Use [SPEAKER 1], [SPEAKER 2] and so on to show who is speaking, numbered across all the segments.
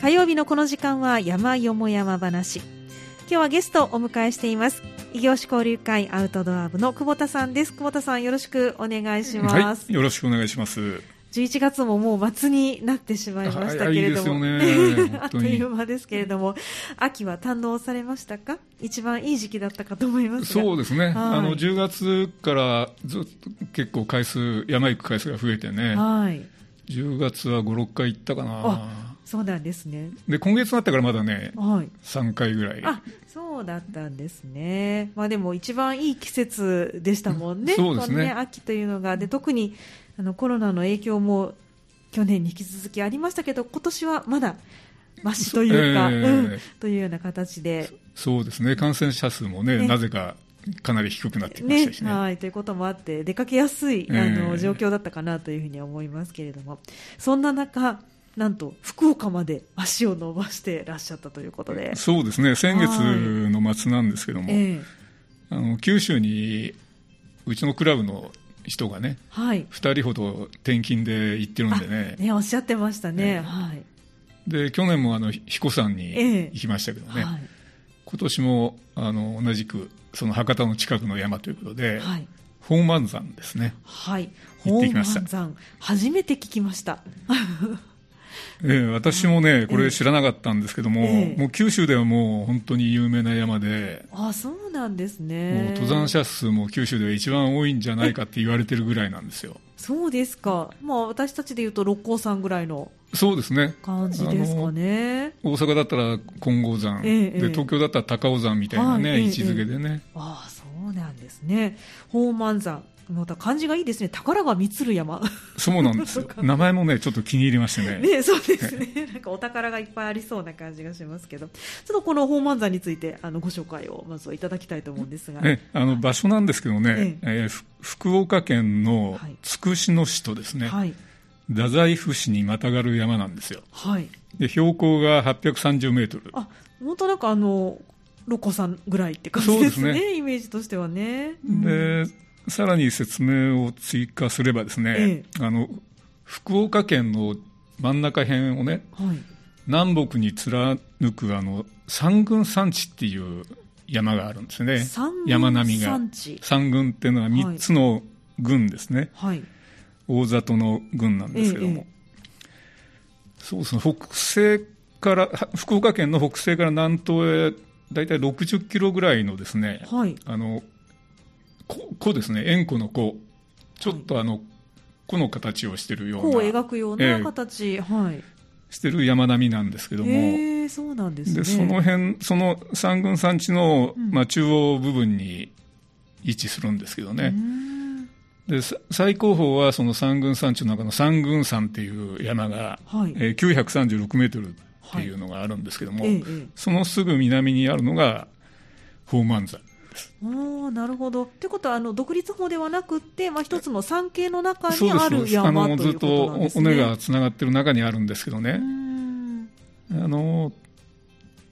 [SPEAKER 1] 火曜日のこの時間は山よも山話今日はゲストをお迎えしています異業種交流会アウトドア部の久保田さんです久保田さんよろしくお願いしま
[SPEAKER 2] は
[SPEAKER 1] す、
[SPEAKER 2] い、よろしくお願いします。
[SPEAKER 1] 11月ももう末になってしまいましたけれども、
[SPEAKER 2] はいはいいいですよね
[SPEAKER 1] あっ
[SPEAKER 2] 本
[SPEAKER 1] と
[SPEAKER 2] 当
[SPEAKER 1] い
[SPEAKER 2] に
[SPEAKER 1] う間ですけれども、秋は堪能されましたか一番いい時期だったかと思いますが
[SPEAKER 2] そうですね、
[SPEAKER 1] はい
[SPEAKER 2] あの10月からずっと結構回数、山行く回数が増えてね、
[SPEAKER 1] はい。
[SPEAKER 2] 10月は5、6回行ったかな
[SPEAKER 1] あ、そうなんですね。
[SPEAKER 2] で今月になってからまだね、
[SPEAKER 1] はい。
[SPEAKER 2] 3回ぐらい、
[SPEAKER 1] あ、そうだったんですね。まあでも一番いい季節でしたもんね。
[SPEAKER 2] そうですね
[SPEAKER 1] この秋というのが。で、特にあのコロナの影響も去年に引き続きありましたけど、今年はまだマシというか、
[SPEAKER 2] ええ
[SPEAKER 1] うん、というような形で。
[SPEAKER 2] そうですね、感染者数もね、
[SPEAKER 1] ね
[SPEAKER 2] なぜかかなり低くなってきま
[SPEAKER 1] ね
[SPEAKER 2] したしね。
[SPEAKER 1] はい、ということもあって、出かけやすい、あ
[SPEAKER 2] え
[SPEAKER 1] の、
[SPEAKER 2] え
[SPEAKER 1] 状況だったかなというふうには思いますけれども、そんな中、なんと、福岡まで足を伸ばしてらっしゃったということで。
[SPEAKER 2] そうですね先月の末なんですけども、
[SPEAKER 1] ええ
[SPEAKER 2] あの九州にうちのクラブの人がね
[SPEAKER 1] はい。
[SPEAKER 2] 2人ほど転勤で行ってるんでね
[SPEAKER 1] ね、おっしゃってましたね。
[SPEAKER 2] ええ
[SPEAKER 1] はい。
[SPEAKER 2] で去年もあのひ彦山に
[SPEAKER 1] ええ
[SPEAKER 2] 行きましたけどね、
[SPEAKER 1] はい。
[SPEAKER 2] 今年もあの同じくその博多の近くの山ということで、
[SPEAKER 1] はい。
[SPEAKER 2] 本満山ですね、
[SPEAKER 1] はい。
[SPEAKER 2] 行っ
[SPEAKER 1] 宝
[SPEAKER 2] てきました
[SPEAKER 1] 満山、初めて聞きました。
[SPEAKER 2] ええ私もねこれ知らなかったんですけども、
[SPEAKER 1] ええ
[SPEAKER 2] もう九州ではもう本当に有名な山で、
[SPEAKER 1] あ、そうなんですね。
[SPEAKER 2] もう登山。者数も九州では一番多いんじゃないかって言われてるぐらいなんですよ。
[SPEAKER 1] そうですか。まあ、私たちで言うと六甲山ぐらいの
[SPEAKER 2] そうですね
[SPEAKER 1] 感じですかね。
[SPEAKER 2] 大阪だったら金剛山、
[SPEAKER 1] ええええ
[SPEAKER 2] で東京だったら高尾山みたいなね、
[SPEAKER 1] はいええ
[SPEAKER 2] 位置づけでね、
[SPEAKER 1] ああ、そうなんですね。宝満山。また漢字がいいですね。宝が満つる山。
[SPEAKER 2] そうな んですよ名前もねちょっと気に入りましてね
[SPEAKER 1] ね、そうですね。 なんかお宝がいっぱいありそうな感じがしますけど。ちょっとこの宝満山について、あの、ご紹介をまずはいただきたいと思うんですが。
[SPEAKER 2] ねあの場所なんですけどね、えーふ福岡県の
[SPEAKER 1] はい
[SPEAKER 2] つくしの市とですね、
[SPEAKER 1] はい。
[SPEAKER 2] 太宰府市にまたがる山なんですよ
[SPEAKER 1] はい。
[SPEAKER 2] で標高が830メートル
[SPEAKER 1] あ、本当なんかあの、ロコさんぐらいって感じです
[SPEAKER 2] そ
[SPEAKER 1] ね。
[SPEAKER 2] うです
[SPEAKER 1] イメージとしてはね。うん
[SPEAKER 2] でさらに説明を追加すればですね
[SPEAKER 1] え、
[SPEAKER 2] あの福岡県の真ん中辺をね
[SPEAKER 1] はい。
[SPEAKER 2] 南北に貫くあの三軍山地っていう山があるんですね
[SPEAKER 1] 三
[SPEAKER 2] 山並みが
[SPEAKER 1] 産地。
[SPEAKER 2] 三軍っていうのは3つの軍ですね、
[SPEAKER 1] はい。
[SPEAKER 2] 大里の軍なんですけども、
[SPEAKER 1] え
[SPEAKER 2] そうですね北西からは福岡県の北西から南東へ大体60キロぐらいのですね、
[SPEAKER 1] はい。
[SPEAKER 2] あのここですね円弧の弧ちょっとあの、弧の形をしてるよ
[SPEAKER 1] 弧を
[SPEAKER 2] うな
[SPEAKER 1] 描くよう
[SPEAKER 2] え
[SPEAKER 1] な
[SPEAKER 2] え
[SPEAKER 1] 形。はい。
[SPEAKER 2] してる山並みなんですけども、
[SPEAKER 1] へえ、そうなんですね。
[SPEAKER 2] でその辺、その三軍山地の、
[SPEAKER 1] うん
[SPEAKER 2] まあ、中央部分に位置するんですけ
[SPEAKER 1] う
[SPEAKER 2] ど
[SPEAKER 1] ー
[SPEAKER 2] ね、
[SPEAKER 1] ん
[SPEAKER 2] でさ最高峰はその三軍山地の中の三軍山っていう山が、
[SPEAKER 1] はい。
[SPEAKER 2] えー936メートルっていうのがあるんですけども、
[SPEAKER 1] ええええ
[SPEAKER 2] そのすぐ南にあるのが宝満山、
[SPEAKER 1] おーなるほど。ということは、あの、独立法ではなくって、まあ、一つの山系の中
[SPEAKER 2] そ
[SPEAKER 1] に
[SPEAKER 2] うです
[SPEAKER 1] あ
[SPEAKER 2] そうで
[SPEAKER 1] る
[SPEAKER 2] すあ
[SPEAKER 1] 山
[SPEAKER 2] の
[SPEAKER 1] と
[SPEAKER 2] ず
[SPEAKER 1] い
[SPEAKER 2] っ
[SPEAKER 1] うこととなん
[SPEAKER 2] お
[SPEAKER 1] ですね。
[SPEAKER 2] 尾根がつながってる中にあるんですけど
[SPEAKER 1] うー
[SPEAKER 2] ね、
[SPEAKER 1] ん
[SPEAKER 2] あの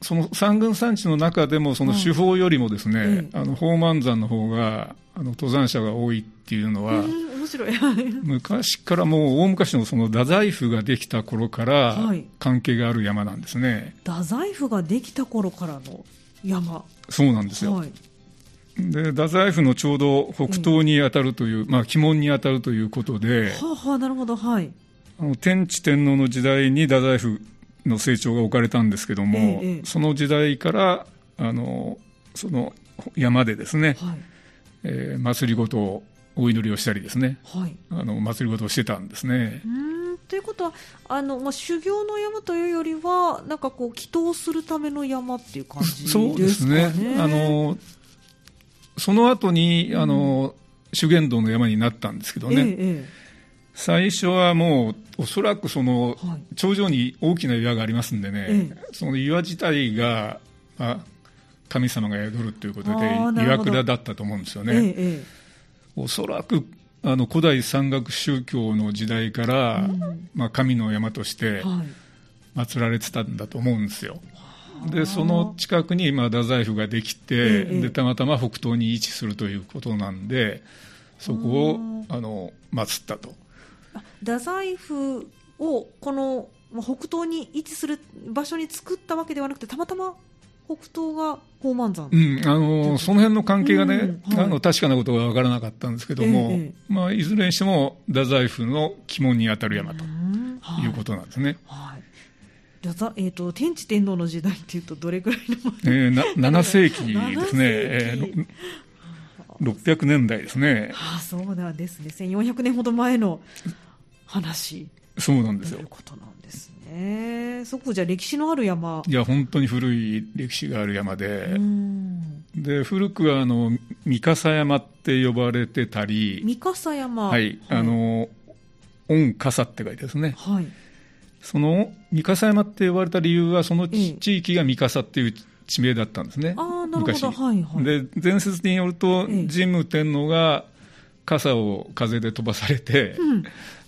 [SPEAKER 2] その三軍山地の中でもその
[SPEAKER 1] はい
[SPEAKER 2] 手法よりもですね、
[SPEAKER 1] ええ
[SPEAKER 2] あの宝満山の方があの登山者が多いっていうの
[SPEAKER 1] うー
[SPEAKER 2] は、
[SPEAKER 1] ん面白い。 はい
[SPEAKER 2] 昔からもう大昔のその太宰府ができた頃から
[SPEAKER 1] はい
[SPEAKER 2] 関係がある山なんですね、
[SPEAKER 1] 太宰府ができた頃からの山。
[SPEAKER 2] そうなんですよ、
[SPEAKER 1] はい。
[SPEAKER 2] で太宰府のちょうど北東に当たるという、まあ、鬼門に当たるということで、
[SPEAKER 1] はあ、はあ、なるほど、はい。
[SPEAKER 2] あの天智天皇の時代に太宰府の成長が置かれたんですけども、
[SPEAKER 1] ええ
[SPEAKER 2] その時代からあのその山でですね、
[SPEAKER 1] はい。
[SPEAKER 2] えー祭りごとをお祈りをしたりですね
[SPEAKER 1] はい。
[SPEAKER 2] あの祭りごとをしてたんですね
[SPEAKER 1] うーん、ということは、あの、まあ、修行の山というよりは、なんかこう、祈祷するための山っていう感じですかね。
[SPEAKER 2] そうですねあ、のその後にあの、修験道の山になったんですけど
[SPEAKER 1] え
[SPEAKER 2] ね、
[SPEAKER 1] ええ
[SPEAKER 2] 最初はもうおそらくその
[SPEAKER 1] え、はい。
[SPEAKER 2] 頂上に大きな岩がありますんでね、
[SPEAKER 1] え
[SPEAKER 2] その岩自体が、あ、神様が宿るということ
[SPEAKER 1] あ
[SPEAKER 2] で
[SPEAKER 1] ーなる
[SPEAKER 2] 岩
[SPEAKER 1] ほど
[SPEAKER 2] 倉だったと思うんですよ
[SPEAKER 1] ええ
[SPEAKER 2] ね、
[SPEAKER 1] え
[SPEAKER 2] おそらくあの古代山岳宗教の時代から、
[SPEAKER 1] うん
[SPEAKER 2] まあ、神の山とし
[SPEAKER 1] え
[SPEAKER 2] て
[SPEAKER 1] はい。
[SPEAKER 2] 祀られてたんだと思うんですよ
[SPEAKER 1] あ
[SPEAKER 2] で
[SPEAKER 1] ー
[SPEAKER 2] その近くにまあ太宰府ができて、
[SPEAKER 1] ええ
[SPEAKER 2] でたまたま北東に位置するということなんでそこを
[SPEAKER 1] うん
[SPEAKER 2] あの祀ったと
[SPEAKER 1] あ太宰府を、この、まあ、北東に位置する場所に作ったわけではなくてたまたま北東が宝満山、
[SPEAKER 2] うん、あのその辺の関係がね、
[SPEAKER 1] うんはい
[SPEAKER 2] あの確かなことは分からなかったんですけども、
[SPEAKER 1] えええ
[SPEAKER 2] まあ、いずれにしても太宰府の鬼門に当たる山と
[SPEAKER 1] うんはい
[SPEAKER 2] いうことなんですね、
[SPEAKER 1] はいじゃあざえー、と天智天皇の時代っていうとどれぐらいの前
[SPEAKER 2] えーな7世紀ですね、え
[SPEAKER 1] 7世紀
[SPEAKER 2] ーろ600年代ですね、
[SPEAKER 1] ああそうなんですね1400年ほど前の話
[SPEAKER 2] そうなんです
[SPEAKER 1] とい
[SPEAKER 2] よ
[SPEAKER 1] う。ことなんですねそこじゃあ歴史のある山
[SPEAKER 2] いや本当に古い歴史がある山で
[SPEAKER 1] う、ん
[SPEAKER 2] で古くはあの三笠山って呼ばれてたり、
[SPEAKER 1] 三笠山
[SPEAKER 2] はい、あの御笠って書いてですね、
[SPEAKER 1] はい
[SPEAKER 2] その三笠山って呼ばれた理由は、その
[SPEAKER 1] ええ
[SPEAKER 2] 地地域が三笠っていう地名だったんですね、
[SPEAKER 1] ああなるほ
[SPEAKER 2] 昔
[SPEAKER 1] ど。はいはい
[SPEAKER 2] で、前説によると、
[SPEAKER 1] ええ
[SPEAKER 2] 神武天皇が笠を風で飛ばされて、
[SPEAKER 1] うん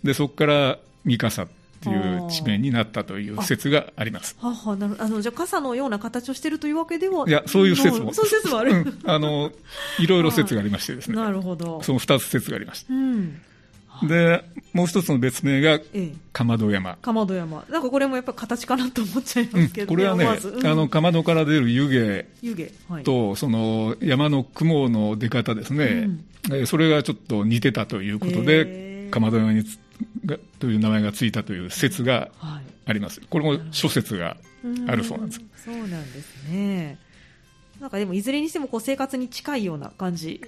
[SPEAKER 2] でそこから三笠っていう地名になったという説があります。
[SPEAKER 1] ははなるあのじゃあ傘のような形をしてるというわけではい
[SPEAKER 2] や、そういう説も。
[SPEAKER 1] そういう説もある、
[SPEAKER 2] うんあの、いろいろ説がありましてですね。
[SPEAKER 1] なるほど
[SPEAKER 2] その二つ説がありまし
[SPEAKER 1] うん
[SPEAKER 2] た。で、もう一つの別名が、
[SPEAKER 1] ええ
[SPEAKER 2] かまど山。
[SPEAKER 1] かまど山なんかこれもやっぱ形かなと思っちゃいうますけ
[SPEAKER 2] ん、
[SPEAKER 1] ど、
[SPEAKER 2] これはね、
[SPEAKER 1] 思わずうん
[SPEAKER 2] あの、かまどから出る湯気
[SPEAKER 1] 湯気はい
[SPEAKER 2] と、その山の雲の出方ですね、えーそれがちょっと似てたということ
[SPEAKER 1] へえ
[SPEAKER 2] で、かまど山につがという名前がついたという説が
[SPEAKER 1] はい
[SPEAKER 2] あります。これも諸説があるそうなんです。
[SPEAKER 1] そうなんですねなんかでもいずれにしてもこう生活に近いような感じ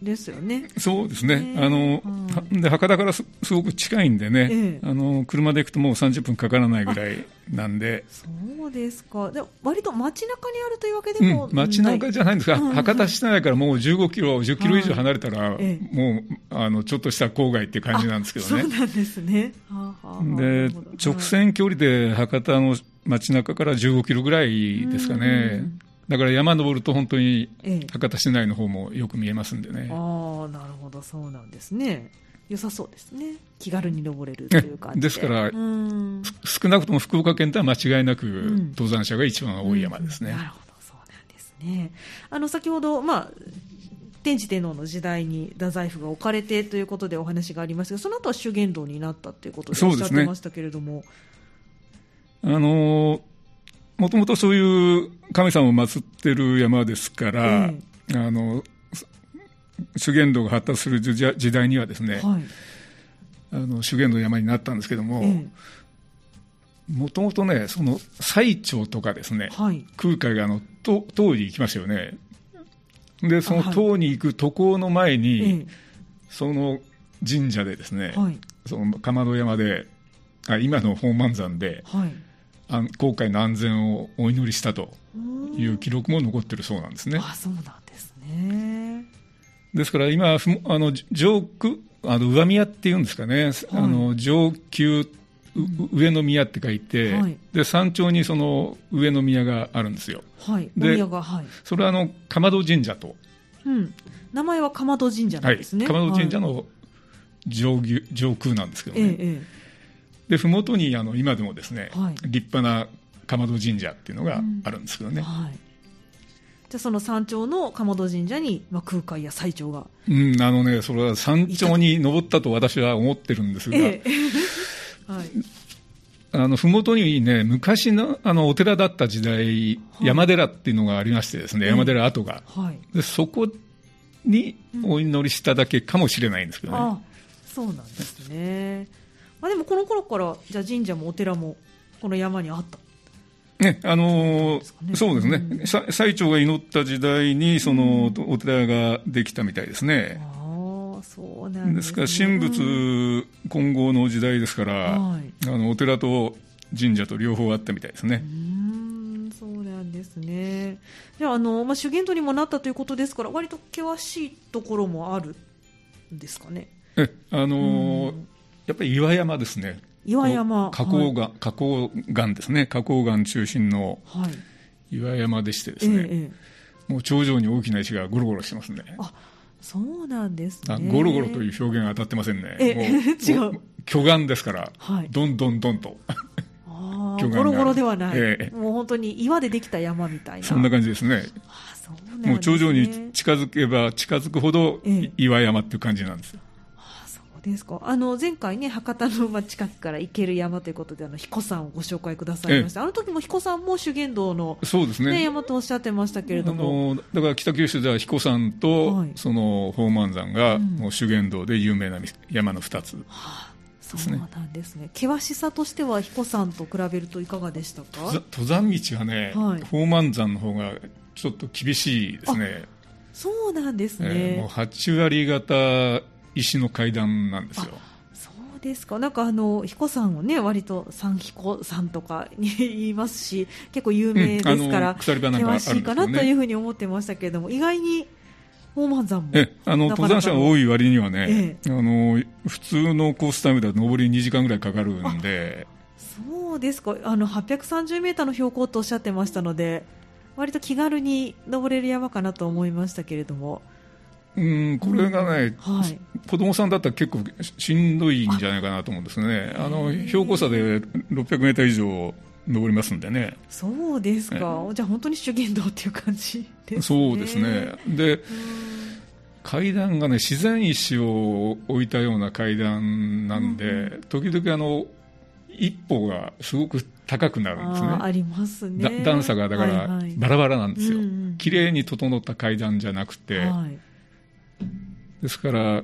[SPEAKER 1] ですよね
[SPEAKER 2] そうですね、
[SPEAKER 1] ね
[SPEAKER 2] あの
[SPEAKER 1] は
[SPEAKER 2] で博多からすすごく近いんでね、
[SPEAKER 1] ええ
[SPEAKER 2] あの、車で行くともう30分かからないぐらいなんで、
[SPEAKER 1] そうですかでも割と街中にあるというわけで
[SPEAKER 2] う
[SPEAKER 1] も
[SPEAKER 2] ん、
[SPEAKER 1] ない、
[SPEAKER 2] 街中じゃないんですが、
[SPEAKER 1] うんうん
[SPEAKER 2] 博多市内からもう15キロ、10キロ以上離れたら、
[SPEAKER 1] ええ
[SPEAKER 2] もうあのちょっとした郊外っていう感じなんですけど
[SPEAKER 1] あ
[SPEAKER 2] ね
[SPEAKER 1] そう。なんですねはあはあはあな
[SPEAKER 2] で
[SPEAKER 1] るほど
[SPEAKER 2] 直線距離で博多の街中から15キロぐらいですか
[SPEAKER 1] う
[SPEAKER 2] ね
[SPEAKER 1] ん、
[SPEAKER 2] だから山登ると本当に
[SPEAKER 1] ええ
[SPEAKER 2] 博多市内の方もよく見えますんでね、
[SPEAKER 1] ああなるほどそうなんですね良さそうですね気軽に登れるという感じで
[SPEAKER 2] ですから
[SPEAKER 1] うん
[SPEAKER 2] 少なくとも福岡県とは間違いなく
[SPEAKER 1] ん
[SPEAKER 2] 登山者が一番多い山ですね。
[SPEAKER 1] なるほどそうなんですねあの先ほどまあ天智天皇の時代に太宰府が置かれてということでお話がありましたがその後は修験道になったということで
[SPEAKER 2] そ
[SPEAKER 1] おっ
[SPEAKER 2] う
[SPEAKER 1] しゃ
[SPEAKER 2] で
[SPEAKER 1] っ
[SPEAKER 2] すね
[SPEAKER 1] てましたけれども、
[SPEAKER 2] あのもともとそういう神様を祀ってる山ですから、
[SPEAKER 1] え
[SPEAKER 2] あの修験道が発達する時時代にはですね、
[SPEAKER 1] はい
[SPEAKER 2] あの修験道の山になったんですけども
[SPEAKER 1] え
[SPEAKER 2] もともとねその最澄とかですね
[SPEAKER 1] え、はい
[SPEAKER 2] 空海があのと唐に行きますよねでそ
[SPEAKER 1] あ
[SPEAKER 2] の
[SPEAKER 1] はい
[SPEAKER 2] 唐に行く渡航の前に、
[SPEAKER 1] え
[SPEAKER 2] その神社でですね、
[SPEAKER 1] えはい
[SPEAKER 2] その鎌戸山であ今の本満山で
[SPEAKER 1] はい
[SPEAKER 2] あん航海の安全をお祈りしたと
[SPEAKER 1] うん
[SPEAKER 2] いう記録も残ってるそうなんですね。
[SPEAKER 1] あそうなんですね
[SPEAKER 2] ですから今、ふもあのじ上空、あの上宮っていうんですかね、あの上級、う上の宮って書いて、
[SPEAKER 1] はい
[SPEAKER 2] で山頂にその上の宮があるんですよ。
[SPEAKER 1] はい
[SPEAKER 2] で
[SPEAKER 1] お宮がはい、
[SPEAKER 2] それはあの鎌戸神社と、
[SPEAKER 1] うん、名前は鎌戸神社な
[SPEAKER 2] は
[SPEAKER 1] ん
[SPEAKER 2] い、
[SPEAKER 1] ですね、
[SPEAKER 2] 鎌戸神社
[SPEAKER 1] はい
[SPEAKER 2] の上級上空なんですけど
[SPEAKER 1] ええ
[SPEAKER 2] ね、
[SPEAKER 1] え
[SPEAKER 2] で麓にあの今でもですね、
[SPEAKER 1] はい
[SPEAKER 2] 立派な鎌戸神社っていうのがあるんですけど
[SPEAKER 1] え
[SPEAKER 2] ね、
[SPEAKER 1] はい、じゃあその山頂の鎌戸神社に、まあ、空海や最澄が
[SPEAKER 2] うん、あのね、それは山頂に登ったと私は思ってるんですが、
[SPEAKER 1] ええ はい、
[SPEAKER 2] あの、ふもとにね、昔の、あの、お寺だった時代、
[SPEAKER 1] い
[SPEAKER 2] 山寺っていうのがありましてですね、
[SPEAKER 1] ええ
[SPEAKER 2] 山寺跡が。
[SPEAKER 1] はい、
[SPEAKER 2] で、そこにお祈りしただけかもしれないんですけどね。
[SPEAKER 1] あそうなんですね、まあ、でもこの頃からじゃあ神社もお寺もこの山にあった
[SPEAKER 2] ね、あのー
[SPEAKER 1] すかね
[SPEAKER 2] そうです
[SPEAKER 1] う
[SPEAKER 2] ね。さ最長が祈った時代に、その、お寺ができたみたいですね。
[SPEAKER 1] ああそうなんで、ね、
[SPEAKER 2] ですすから、神
[SPEAKER 1] うん
[SPEAKER 2] 仏混合の時代ですから、
[SPEAKER 1] は
[SPEAKER 2] あ
[SPEAKER 1] い
[SPEAKER 2] の、お寺と神社と両方あったみたいですね
[SPEAKER 1] う。ーんそうなんですねじゃああの、まあ、修験道にもなったということですから割と険しいところもあるんですかね
[SPEAKER 2] え、あのーやっぱり岩山ですね。
[SPEAKER 1] 岩山
[SPEAKER 2] 花崗
[SPEAKER 1] が
[SPEAKER 2] 岩、花崗岩ですね。花崗岩中心の
[SPEAKER 1] はい、はい
[SPEAKER 2] 岩山でしてで
[SPEAKER 1] え
[SPEAKER 2] す
[SPEAKER 1] え
[SPEAKER 2] ね、
[SPEAKER 1] ええ
[SPEAKER 2] もう頂上に大きな石がゴロゴロしてますね。
[SPEAKER 1] あそうなんです
[SPEAKER 2] あ
[SPEAKER 1] ね
[SPEAKER 2] ゴロゴロという表現が当たってませんね。
[SPEAKER 1] ええ 違う
[SPEAKER 2] もも巨岩ですから、
[SPEAKER 1] はい
[SPEAKER 2] どんどん どんと、
[SPEAKER 1] あー
[SPEAKER 2] 巨岩が
[SPEAKER 1] ゴロゴロではない、
[SPEAKER 2] ええ
[SPEAKER 1] もう本当に岩でできた山みたいな
[SPEAKER 2] そんな感じですね。
[SPEAKER 1] あそうなんですね
[SPEAKER 2] もう頂上に近づけば近づくほど
[SPEAKER 1] ええ
[SPEAKER 2] 岩山っていう感じなんです。
[SPEAKER 1] あそそうですかあの前回ね博多のまあ近くから行ける山ということであの彦さんをご紹介くださいました、あの時も彦さんも修験道の、
[SPEAKER 2] そうです
[SPEAKER 1] ね
[SPEAKER 2] ね
[SPEAKER 1] 山とおっしゃってましたけれ
[SPEAKER 2] あ
[SPEAKER 1] ども、
[SPEAKER 2] のだから北九州では彦山と、
[SPEAKER 1] はい
[SPEAKER 2] その宝満山が
[SPEAKER 1] うん
[SPEAKER 2] もう修験道で有名な山の2つ、
[SPEAKER 1] はあ
[SPEAKER 2] です
[SPEAKER 1] そう
[SPEAKER 2] ね
[SPEAKER 1] なんですね険しさとしては彦さんと比べるといかがでしたか
[SPEAKER 2] ざ登山道はね、
[SPEAKER 1] はい
[SPEAKER 2] 宝満山の方がちょっと厳しいですね、
[SPEAKER 1] そうなんですね、
[SPEAKER 2] えーもう8割型石の階段なんですよ
[SPEAKER 1] そうですかなんかあの彦さんをね割と三彦さんとかに言いますし結構有名ですか
[SPEAKER 2] うんあ
[SPEAKER 1] ら
[SPEAKER 2] の、鎖場なんかあるん
[SPEAKER 1] 険
[SPEAKER 2] ですよ
[SPEAKER 1] し
[SPEAKER 2] ね
[SPEAKER 1] いかなというふうに思ってましたけれども意外に宝満山も
[SPEAKER 2] えあの
[SPEAKER 1] なか
[SPEAKER 2] 登
[SPEAKER 1] なか
[SPEAKER 2] 山者が多い割にはね、
[SPEAKER 1] え
[SPEAKER 2] あの普通のコースタイムでは登り2時間ぐらいかかるんで、
[SPEAKER 1] そうですかあの830メーターの標高とおっしゃってましたので割と気軽に登れる山かなと思いましたけれども
[SPEAKER 2] うん、これがね、
[SPEAKER 1] はい
[SPEAKER 2] 子供さんだったら結構ししんどいんじゃないかなと思うんですね、あの標高差で600メーター以上登りますんでね、
[SPEAKER 1] そうですか、じゃあ本当に修験道っていう感じですね
[SPEAKER 2] そうですね、で
[SPEAKER 1] うん
[SPEAKER 2] 階段がね、自然石を置いたような階段なんで、
[SPEAKER 1] うん
[SPEAKER 2] 時々あの、一歩がすごく高くなるんですね。
[SPEAKER 1] あーあります
[SPEAKER 2] だ
[SPEAKER 1] ね
[SPEAKER 2] 段差がだか
[SPEAKER 1] はい
[SPEAKER 2] ら
[SPEAKER 1] はい
[SPEAKER 2] バラバラなんですよ
[SPEAKER 1] うんうん、
[SPEAKER 2] 綺麗、に整った階段じゃなくて、
[SPEAKER 1] はい
[SPEAKER 2] ですから、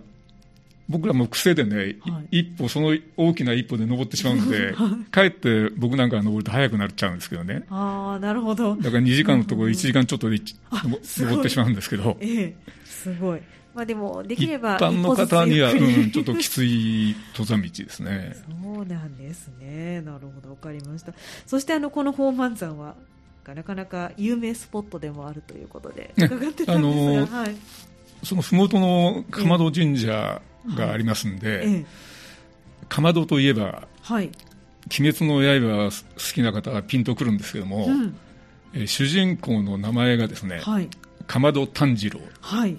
[SPEAKER 2] 僕らも癖でね、い
[SPEAKER 1] はい
[SPEAKER 2] 一歩、その大きな一歩で登ってしまう ので、かえって僕なんかが登ると早くなっちゃうんですけどね、
[SPEAKER 1] ああなるほど
[SPEAKER 2] だから2時間のとこ
[SPEAKER 1] うん
[SPEAKER 2] ろ、
[SPEAKER 1] うん
[SPEAKER 2] 1時間ちょっとで一
[SPEAKER 1] あ
[SPEAKER 2] 登
[SPEAKER 1] すごい
[SPEAKER 2] 登ってしまうんですけど、
[SPEAKER 1] ええすごいまあでもでき
[SPEAKER 2] 一
[SPEAKER 1] れば
[SPEAKER 2] 般の方には、
[SPEAKER 1] 一歩ずつゆっくり
[SPEAKER 2] うん、ちょっときつい登山道ですね。
[SPEAKER 1] そうなんですねなるほどわかりましたそしてあのこの宝満山はなかなか有名スポットでもあるということで
[SPEAKER 2] ね
[SPEAKER 1] 伺ってたんですが、
[SPEAKER 2] あのー
[SPEAKER 1] はい
[SPEAKER 2] その麓の竈門神社がありますん
[SPEAKER 1] え
[SPEAKER 2] で、
[SPEAKER 1] え
[SPEAKER 2] 竈門といえば、
[SPEAKER 1] はい、
[SPEAKER 2] 鬼滅の刃が好きな方はピンとくるんですけども、
[SPEAKER 1] うん、
[SPEAKER 2] えー主人公の名前がですね、
[SPEAKER 1] はい
[SPEAKER 2] かまど炭治郎、
[SPEAKER 1] はい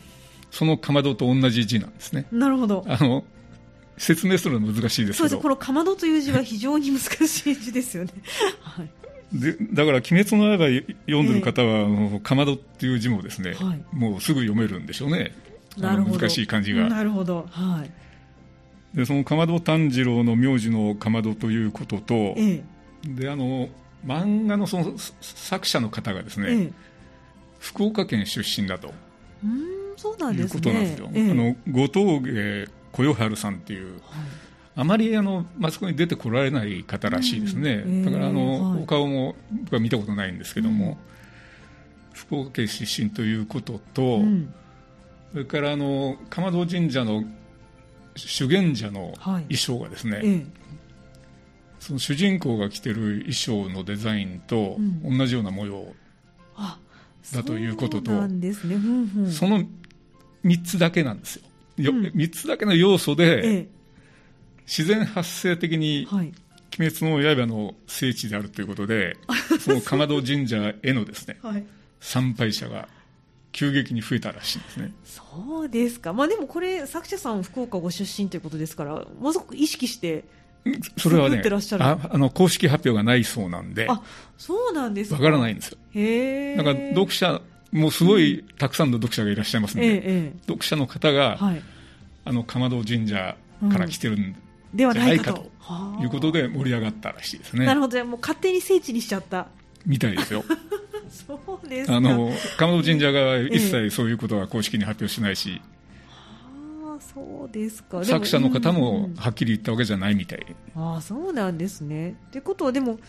[SPEAKER 2] そのかまどと同じ字なんですね。
[SPEAKER 1] なるほど
[SPEAKER 2] あの説明するのは難しいです
[SPEAKER 1] そうです
[SPEAKER 2] けど
[SPEAKER 1] こ、の「かまど」という字は非常に難しい字です よね、はい
[SPEAKER 2] でだから、鬼滅の刃読んでる方は、あのかまどっていう字もですね、
[SPEAKER 1] はい
[SPEAKER 2] もうすぐ読めるんでしょうね、あの
[SPEAKER 1] なるほど
[SPEAKER 2] 難しい漢字が。
[SPEAKER 1] なるほどはい
[SPEAKER 2] で、そのかまど炭治郎の名字のかまどということと、
[SPEAKER 1] ええ
[SPEAKER 2] であの漫画のそのす作者の方がですね、
[SPEAKER 1] ええ
[SPEAKER 2] 福岡県出身だと。
[SPEAKER 1] うーんそうなん
[SPEAKER 2] い
[SPEAKER 1] で
[SPEAKER 2] う
[SPEAKER 1] す
[SPEAKER 2] こ
[SPEAKER 1] ね
[SPEAKER 2] となんですよ。
[SPEAKER 1] ええ
[SPEAKER 2] あの後藤家小夜春さんっていう
[SPEAKER 1] はい
[SPEAKER 2] あまりあのマスコミに出てこられない方らしいですね。
[SPEAKER 1] うん
[SPEAKER 2] だからあの、
[SPEAKER 1] はい
[SPEAKER 2] お顔も僕は見たことないんですけども、福岡県出身ということと、
[SPEAKER 1] うん
[SPEAKER 2] それからあの鎌堂神社の修験者の
[SPEAKER 1] はい
[SPEAKER 2] 衣装がですね、
[SPEAKER 1] ええ
[SPEAKER 2] その主人公が着てる衣装のデザインと
[SPEAKER 1] うん
[SPEAKER 2] 同じような模様、
[SPEAKER 1] あ
[SPEAKER 2] だということと
[SPEAKER 1] そうなんですね、うんうん、
[SPEAKER 2] その3つだけなんですよ。よ
[SPEAKER 1] うん
[SPEAKER 2] 3つだけの要素で
[SPEAKER 1] え
[SPEAKER 2] 自然発生的
[SPEAKER 1] え
[SPEAKER 2] に
[SPEAKER 1] はい、
[SPEAKER 2] 鬼滅の刃の聖地であるというこ とで、その鎌戸神社へのですね
[SPEAKER 1] はい、
[SPEAKER 2] 参拝者が急激に増えたらしいんですね。
[SPEAKER 1] そうですか、まあ、でもこれ、作者さん、福岡ご出身ということですから、ものすごく意識して、
[SPEAKER 2] それは
[SPEAKER 1] 作っ
[SPEAKER 2] ね
[SPEAKER 1] てらっしゃ、る
[SPEAKER 2] ああの公式発表がないそうなんで、わ
[SPEAKER 1] あそうなんですか、
[SPEAKER 2] からないんですよ。
[SPEAKER 1] へえ
[SPEAKER 2] だから読者、もうすごいたくさんの読者がいらっしゃいますん
[SPEAKER 1] ええ
[SPEAKER 2] で、
[SPEAKER 1] え
[SPEAKER 2] 読者の方
[SPEAKER 1] え
[SPEAKER 2] が、
[SPEAKER 1] はい、
[SPEAKER 2] あの鎌戸神社から来てるん
[SPEAKER 1] ではないか
[SPEAKER 2] じゃな
[SPEAKER 1] と
[SPEAKER 2] いか
[SPEAKER 1] は
[SPEAKER 2] と
[SPEAKER 1] あ
[SPEAKER 2] いうことで盛り上がったらしいです
[SPEAKER 1] な
[SPEAKER 2] ね
[SPEAKER 1] る。ほど、じゃあもう勝手に聖地にしちゃった、
[SPEAKER 2] みたいですよ。
[SPEAKER 1] そうですか、
[SPEAKER 2] あ の、鎌戸神社が一切そういうことは公式に発表しないし、
[SPEAKER 1] ああそうですか、でも
[SPEAKER 2] 作者の方
[SPEAKER 1] うんう
[SPEAKER 2] も
[SPEAKER 1] ん
[SPEAKER 2] はっきり言ったわけじゃないみたい。
[SPEAKER 1] ああそうなんですね。ってことはでも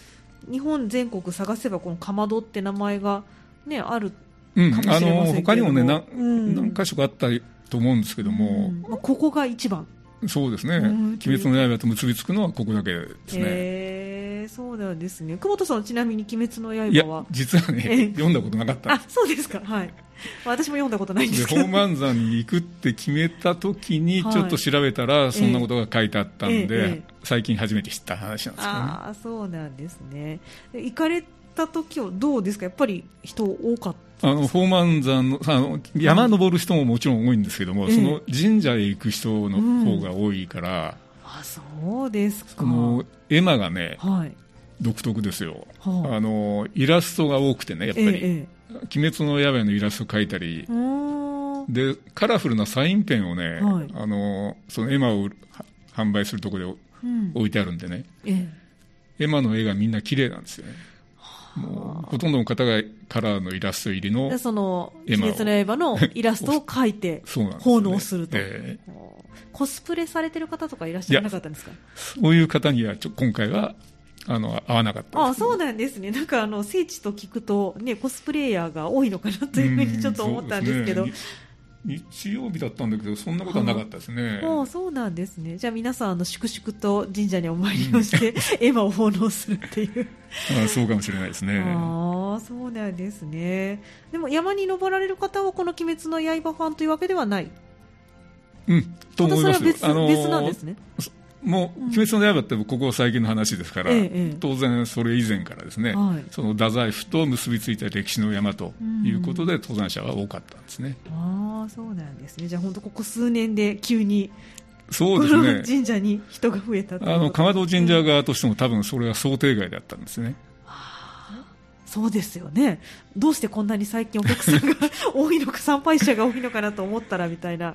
[SPEAKER 1] 日本全国探せばこのかまどって名前がねある
[SPEAKER 2] うん
[SPEAKER 1] かも
[SPEAKER 2] あ
[SPEAKER 1] しれま
[SPEAKER 2] の
[SPEAKER 1] せんけ
[SPEAKER 2] 他
[SPEAKER 1] れ
[SPEAKER 2] に
[SPEAKER 1] ども
[SPEAKER 2] もね、な
[SPEAKER 1] うん
[SPEAKER 2] 何箇所かあったと思うんですけども、
[SPEAKER 1] うんまあ、ここが一番
[SPEAKER 2] そうですね、
[SPEAKER 1] うん
[SPEAKER 2] 鬼滅の刃と結びつくのはここだけですね。
[SPEAKER 1] へえそうなんですね久保田さんちなみに「鬼滅の
[SPEAKER 2] い
[SPEAKER 1] 刃は」
[SPEAKER 2] や、実はね
[SPEAKER 1] ええ、
[SPEAKER 2] 読んだことなかったん
[SPEAKER 1] あ
[SPEAKER 2] で
[SPEAKER 1] そうですかはい、まあ、私も読んだことないんです
[SPEAKER 2] す。
[SPEAKER 1] け
[SPEAKER 2] で、
[SPEAKER 1] ど
[SPEAKER 2] 宝満山に行くって決めた時に、
[SPEAKER 1] はい
[SPEAKER 2] ちょっと調べたら、そんなことが書いてあったん
[SPEAKER 1] えええ
[SPEAKER 2] で
[SPEAKER 1] え、
[SPEAKER 2] 最近初めて知った話なんですけどね。
[SPEAKER 1] ああそうなんですねで行かれた時はどうですかやっぱり人多かっ
[SPEAKER 2] あの、宝満山の、あの、山登る人ももちろん多いんですけども、
[SPEAKER 1] ええ
[SPEAKER 2] その神社へ行く人の方が多いから、
[SPEAKER 1] たあそうですか
[SPEAKER 2] この絵馬がね、
[SPEAKER 1] はい
[SPEAKER 2] 独特ですよ。
[SPEAKER 1] はあ
[SPEAKER 2] あのイラストが多くてね、やっぱ
[SPEAKER 1] ええ
[SPEAKER 2] り、
[SPEAKER 1] ええ
[SPEAKER 2] 鬼滅の刃のイラスト描いたり
[SPEAKER 1] う、ーん
[SPEAKER 2] でカラフルなサインペンをね、
[SPEAKER 1] はい
[SPEAKER 2] あのその絵馬を売るは販売するところで
[SPEAKER 1] うん
[SPEAKER 2] 置いてあるんでね、
[SPEAKER 1] ええ
[SPEAKER 2] 絵馬の絵がみんな綺麗なんですよね。もうほとんどの方がカラーのイラスト入りの
[SPEAKER 1] で、その「
[SPEAKER 2] 絵馬を
[SPEAKER 1] 鬼滅の刃」のイラストを描い て
[SPEAKER 2] そうなんですよ
[SPEAKER 1] 奉
[SPEAKER 2] ね
[SPEAKER 1] 納すると、
[SPEAKER 2] え
[SPEAKER 1] コスプレされてる方とかいらっしゃらなかったんですか
[SPEAKER 2] そういう方にはちょ今回はあの合わなかった
[SPEAKER 1] あ
[SPEAKER 2] で
[SPEAKER 1] あ
[SPEAKER 2] す
[SPEAKER 1] そうなんですね、なんかあの聖地と聞くと、ね、コスプレイヤーが多いのかなというふうにちょっと思ったんですけど、
[SPEAKER 2] うそうですね日曜日だったんだけど、そんなことはなかったですね。
[SPEAKER 1] もうそうなんですね、じゃあ皆さん、あの粛々と神社にお参りをして、絵馬を奉納するっていう、
[SPEAKER 2] あ そうかもしれないですね。
[SPEAKER 1] ああそうなんですね、でも山に登られる方は、この鬼滅の刃ファンというわけではない、
[SPEAKER 2] うん、と思い
[SPEAKER 1] それは
[SPEAKER 2] ますよ
[SPEAKER 1] 別,、別なんですね。
[SPEAKER 2] もう、鬼滅の刃ってここ最近の話ですから、
[SPEAKER 1] ええええ
[SPEAKER 2] 当然それ以前からですね、
[SPEAKER 1] はい
[SPEAKER 2] その太宰府と結びついた歴史の山ということで、登山者は多かったんですね。
[SPEAKER 1] ああそうなんですねじゃあ本当ここ数年で急に
[SPEAKER 2] そ
[SPEAKER 1] こ
[SPEAKER 2] うです
[SPEAKER 1] の
[SPEAKER 2] ね。
[SPEAKER 1] 神社に人が増えたという
[SPEAKER 2] あの、
[SPEAKER 1] こと
[SPEAKER 2] 鎌戸神社側としても多分それは想定外だったんですね。
[SPEAKER 1] そうですよねどうしてこんなに最近お客さんが 多いのか参拝者が多いのかなと思ったらみたいな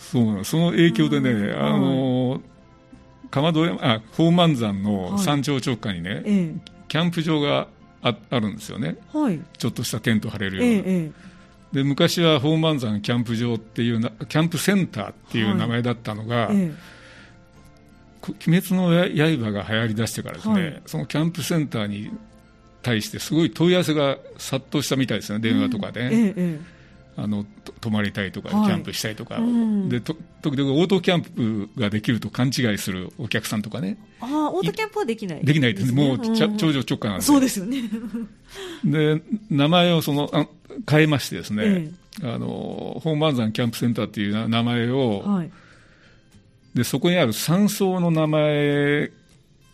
[SPEAKER 2] そうなのその影響でね、
[SPEAKER 1] うん
[SPEAKER 2] あの、鎌戸山、あ、宝満山の山頂直下にね、
[SPEAKER 1] ええ
[SPEAKER 2] キャンプ場がああるんですよね。
[SPEAKER 1] はい
[SPEAKER 2] ちょっとしたテント張れるよう
[SPEAKER 1] え
[SPEAKER 2] な。
[SPEAKER 1] ええ
[SPEAKER 2] で昔は宝満山キャンプ場っていうなキャンプセンターっていう名前だったのが、
[SPEAKER 1] ええ
[SPEAKER 2] こ鬼滅の刃が流行りだしてからですね、
[SPEAKER 1] はい
[SPEAKER 2] そのキャンプセンターに対してすごい問い合わせが殺到したみたいですね、電話とかで、
[SPEAKER 1] え
[SPEAKER 2] ね
[SPEAKER 1] ええ
[SPEAKER 2] あのと泊まりたいとか、
[SPEAKER 1] はい
[SPEAKER 2] キャンプしたいとか、
[SPEAKER 1] うん
[SPEAKER 2] でと時々オートキャンプができると勘違いするお客さんとかね、
[SPEAKER 1] ああオートキャンプはできない
[SPEAKER 2] できないですね、もうちゃ
[SPEAKER 1] ん
[SPEAKER 2] 頂上直下なんで
[SPEAKER 1] そうですよね
[SPEAKER 2] で名前をそのあ変えましてですね、
[SPEAKER 1] え
[SPEAKER 2] あの宝満山キャンプセンターっていうな名前を、
[SPEAKER 1] はい
[SPEAKER 2] でそこにある山荘の名前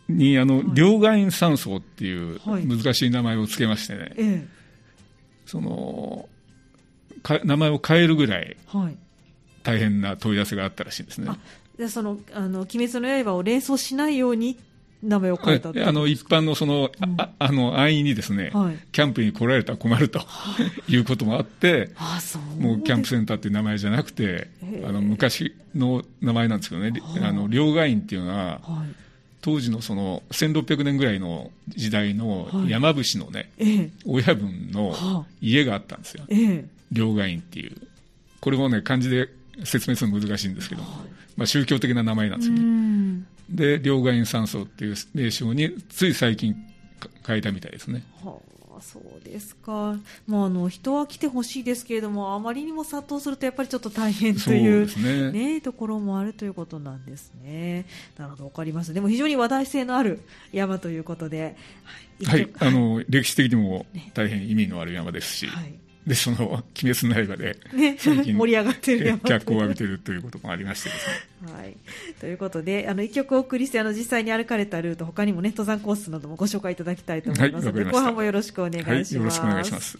[SPEAKER 2] にあの、両岸院山荘っていう
[SPEAKER 1] はい
[SPEAKER 2] 難しい名前を付けましてね、
[SPEAKER 1] ええ
[SPEAKER 2] そのか名前を変えるぐらい
[SPEAKER 1] はい
[SPEAKER 2] 大変な問い合わせがあったらしいんですね
[SPEAKER 1] あ。じゃあその「あの鬼滅の刃」を連想しないように名前を変えたって
[SPEAKER 2] えあの一般のその、あああの安易にですね、
[SPEAKER 1] はい
[SPEAKER 2] キャンプに来られたら困るということもあって、
[SPEAKER 1] ああそう
[SPEAKER 2] もうキャンプセンターっていう名前じゃなくて
[SPEAKER 1] へえ、
[SPEAKER 2] あの昔の名前なんですけどね、り
[SPEAKER 1] はあ
[SPEAKER 2] あの両岸院っていうの
[SPEAKER 1] は
[SPEAKER 2] は、
[SPEAKER 1] い
[SPEAKER 2] 当時のその1600年ぐらいの時代の
[SPEAKER 1] はい
[SPEAKER 2] 山伏のね、
[SPEAKER 1] ええ
[SPEAKER 2] 親分の
[SPEAKER 1] はあ
[SPEAKER 2] 家があったんですよ、
[SPEAKER 1] ええ
[SPEAKER 2] 両替院っていう、これもね、漢字で説明するの難しいんですけども、まあ、宗教的な名前なんですよ
[SPEAKER 1] う
[SPEAKER 2] ね、
[SPEAKER 1] ん
[SPEAKER 2] で両替院山荘っていう名称につい最近か変えたみたいですね。
[SPEAKER 1] はあ、そうですか、まあ、あの人は来てほしいですけれども、あまりにも殺到するとやっぱりちょっと大変と
[SPEAKER 2] そう
[SPEAKER 1] い
[SPEAKER 2] で
[SPEAKER 1] う。
[SPEAKER 2] すね
[SPEAKER 1] ね、ところもあるということなんですね。なるほど、わかります。でも非常に話題性のある山ということで。
[SPEAKER 2] は
[SPEAKER 1] 一
[SPEAKER 2] い、
[SPEAKER 1] 曲
[SPEAKER 2] あの歴史的にも大変意味のある山ですし、
[SPEAKER 1] はい
[SPEAKER 2] でその「鬼滅の刃で」
[SPEAKER 1] ね、
[SPEAKER 2] 最 近
[SPEAKER 1] 盛り上がってる
[SPEAKER 2] え
[SPEAKER 1] 山という
[SPEAKER 2] 脚光を浴びてるということもありましてですね。
[SPEAKER 1] はい、ということで、あの一曲お送りして、あの実際に歩かれたルート、他にもね、登山コースなどもご紹介いただきたいと思いますので、
[SPEAKER 2] はいわかりました
[SPEAKER 1] 後半もよろしくお願いし
[SPEAKER 2] は
[SPEAKER 1] ま
[SPEAKER 2] い、
[SPEAKER 1] す。
[SPEAKER 2] よろしくお願いします。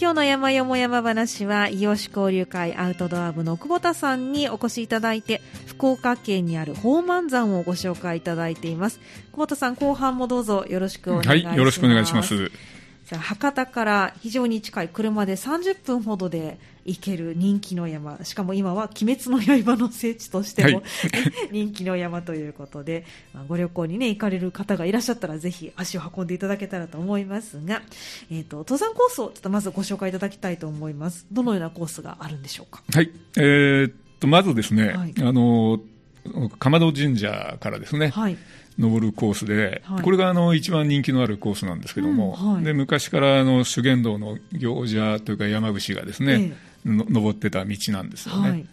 [SPEAKER 1] 今日の山よも山話は、伊予市交流会アウトドア部の久保田さんにお越しいただいて、福岡県にある宝満山をご紹介いただいています。久保田さん、後半もどうぞよろしくお願いし
[SPEAKER 2] は
[SPEAKER 1] ます。
[SPEAKER 2] い、よろしくお願いしま。す。
[SPEAKER 1] さあ博多から非常に近い車で30分ほどで行ける人気の山しかも今は「鬼滅の刃」の聖地としても、
[SPEAKER 2] は
[SPEAKER 1] 人気の山ということで、まあご旅行に、ね、行かれる方がいらっしゃったらぜひ足を運んでいただけたらと思いますが、えー、と登山コースをちょっとまずご紹介いただきたいと思いますどのようなコースがあるんでしょうか
[SPEAKER 2] はい、えーっと、まずですね、
[SPEAKER 1] はい
[SPEAKER 2] あの、鎌戸神社からですね、
[SPEAKER 1] はい
[SPEAKER 2] 登るコースで、
[SPEAKER 1] はい
[SPEAKER 2] これがあの一番人気のあるコースなんですけども、
[SPEAKER 1] うんはい
[SPEAKER 2] で昔からあの修験道の行者というか山伏がですね、の登ってた道なんですよね。
[SPEAKER 1] はい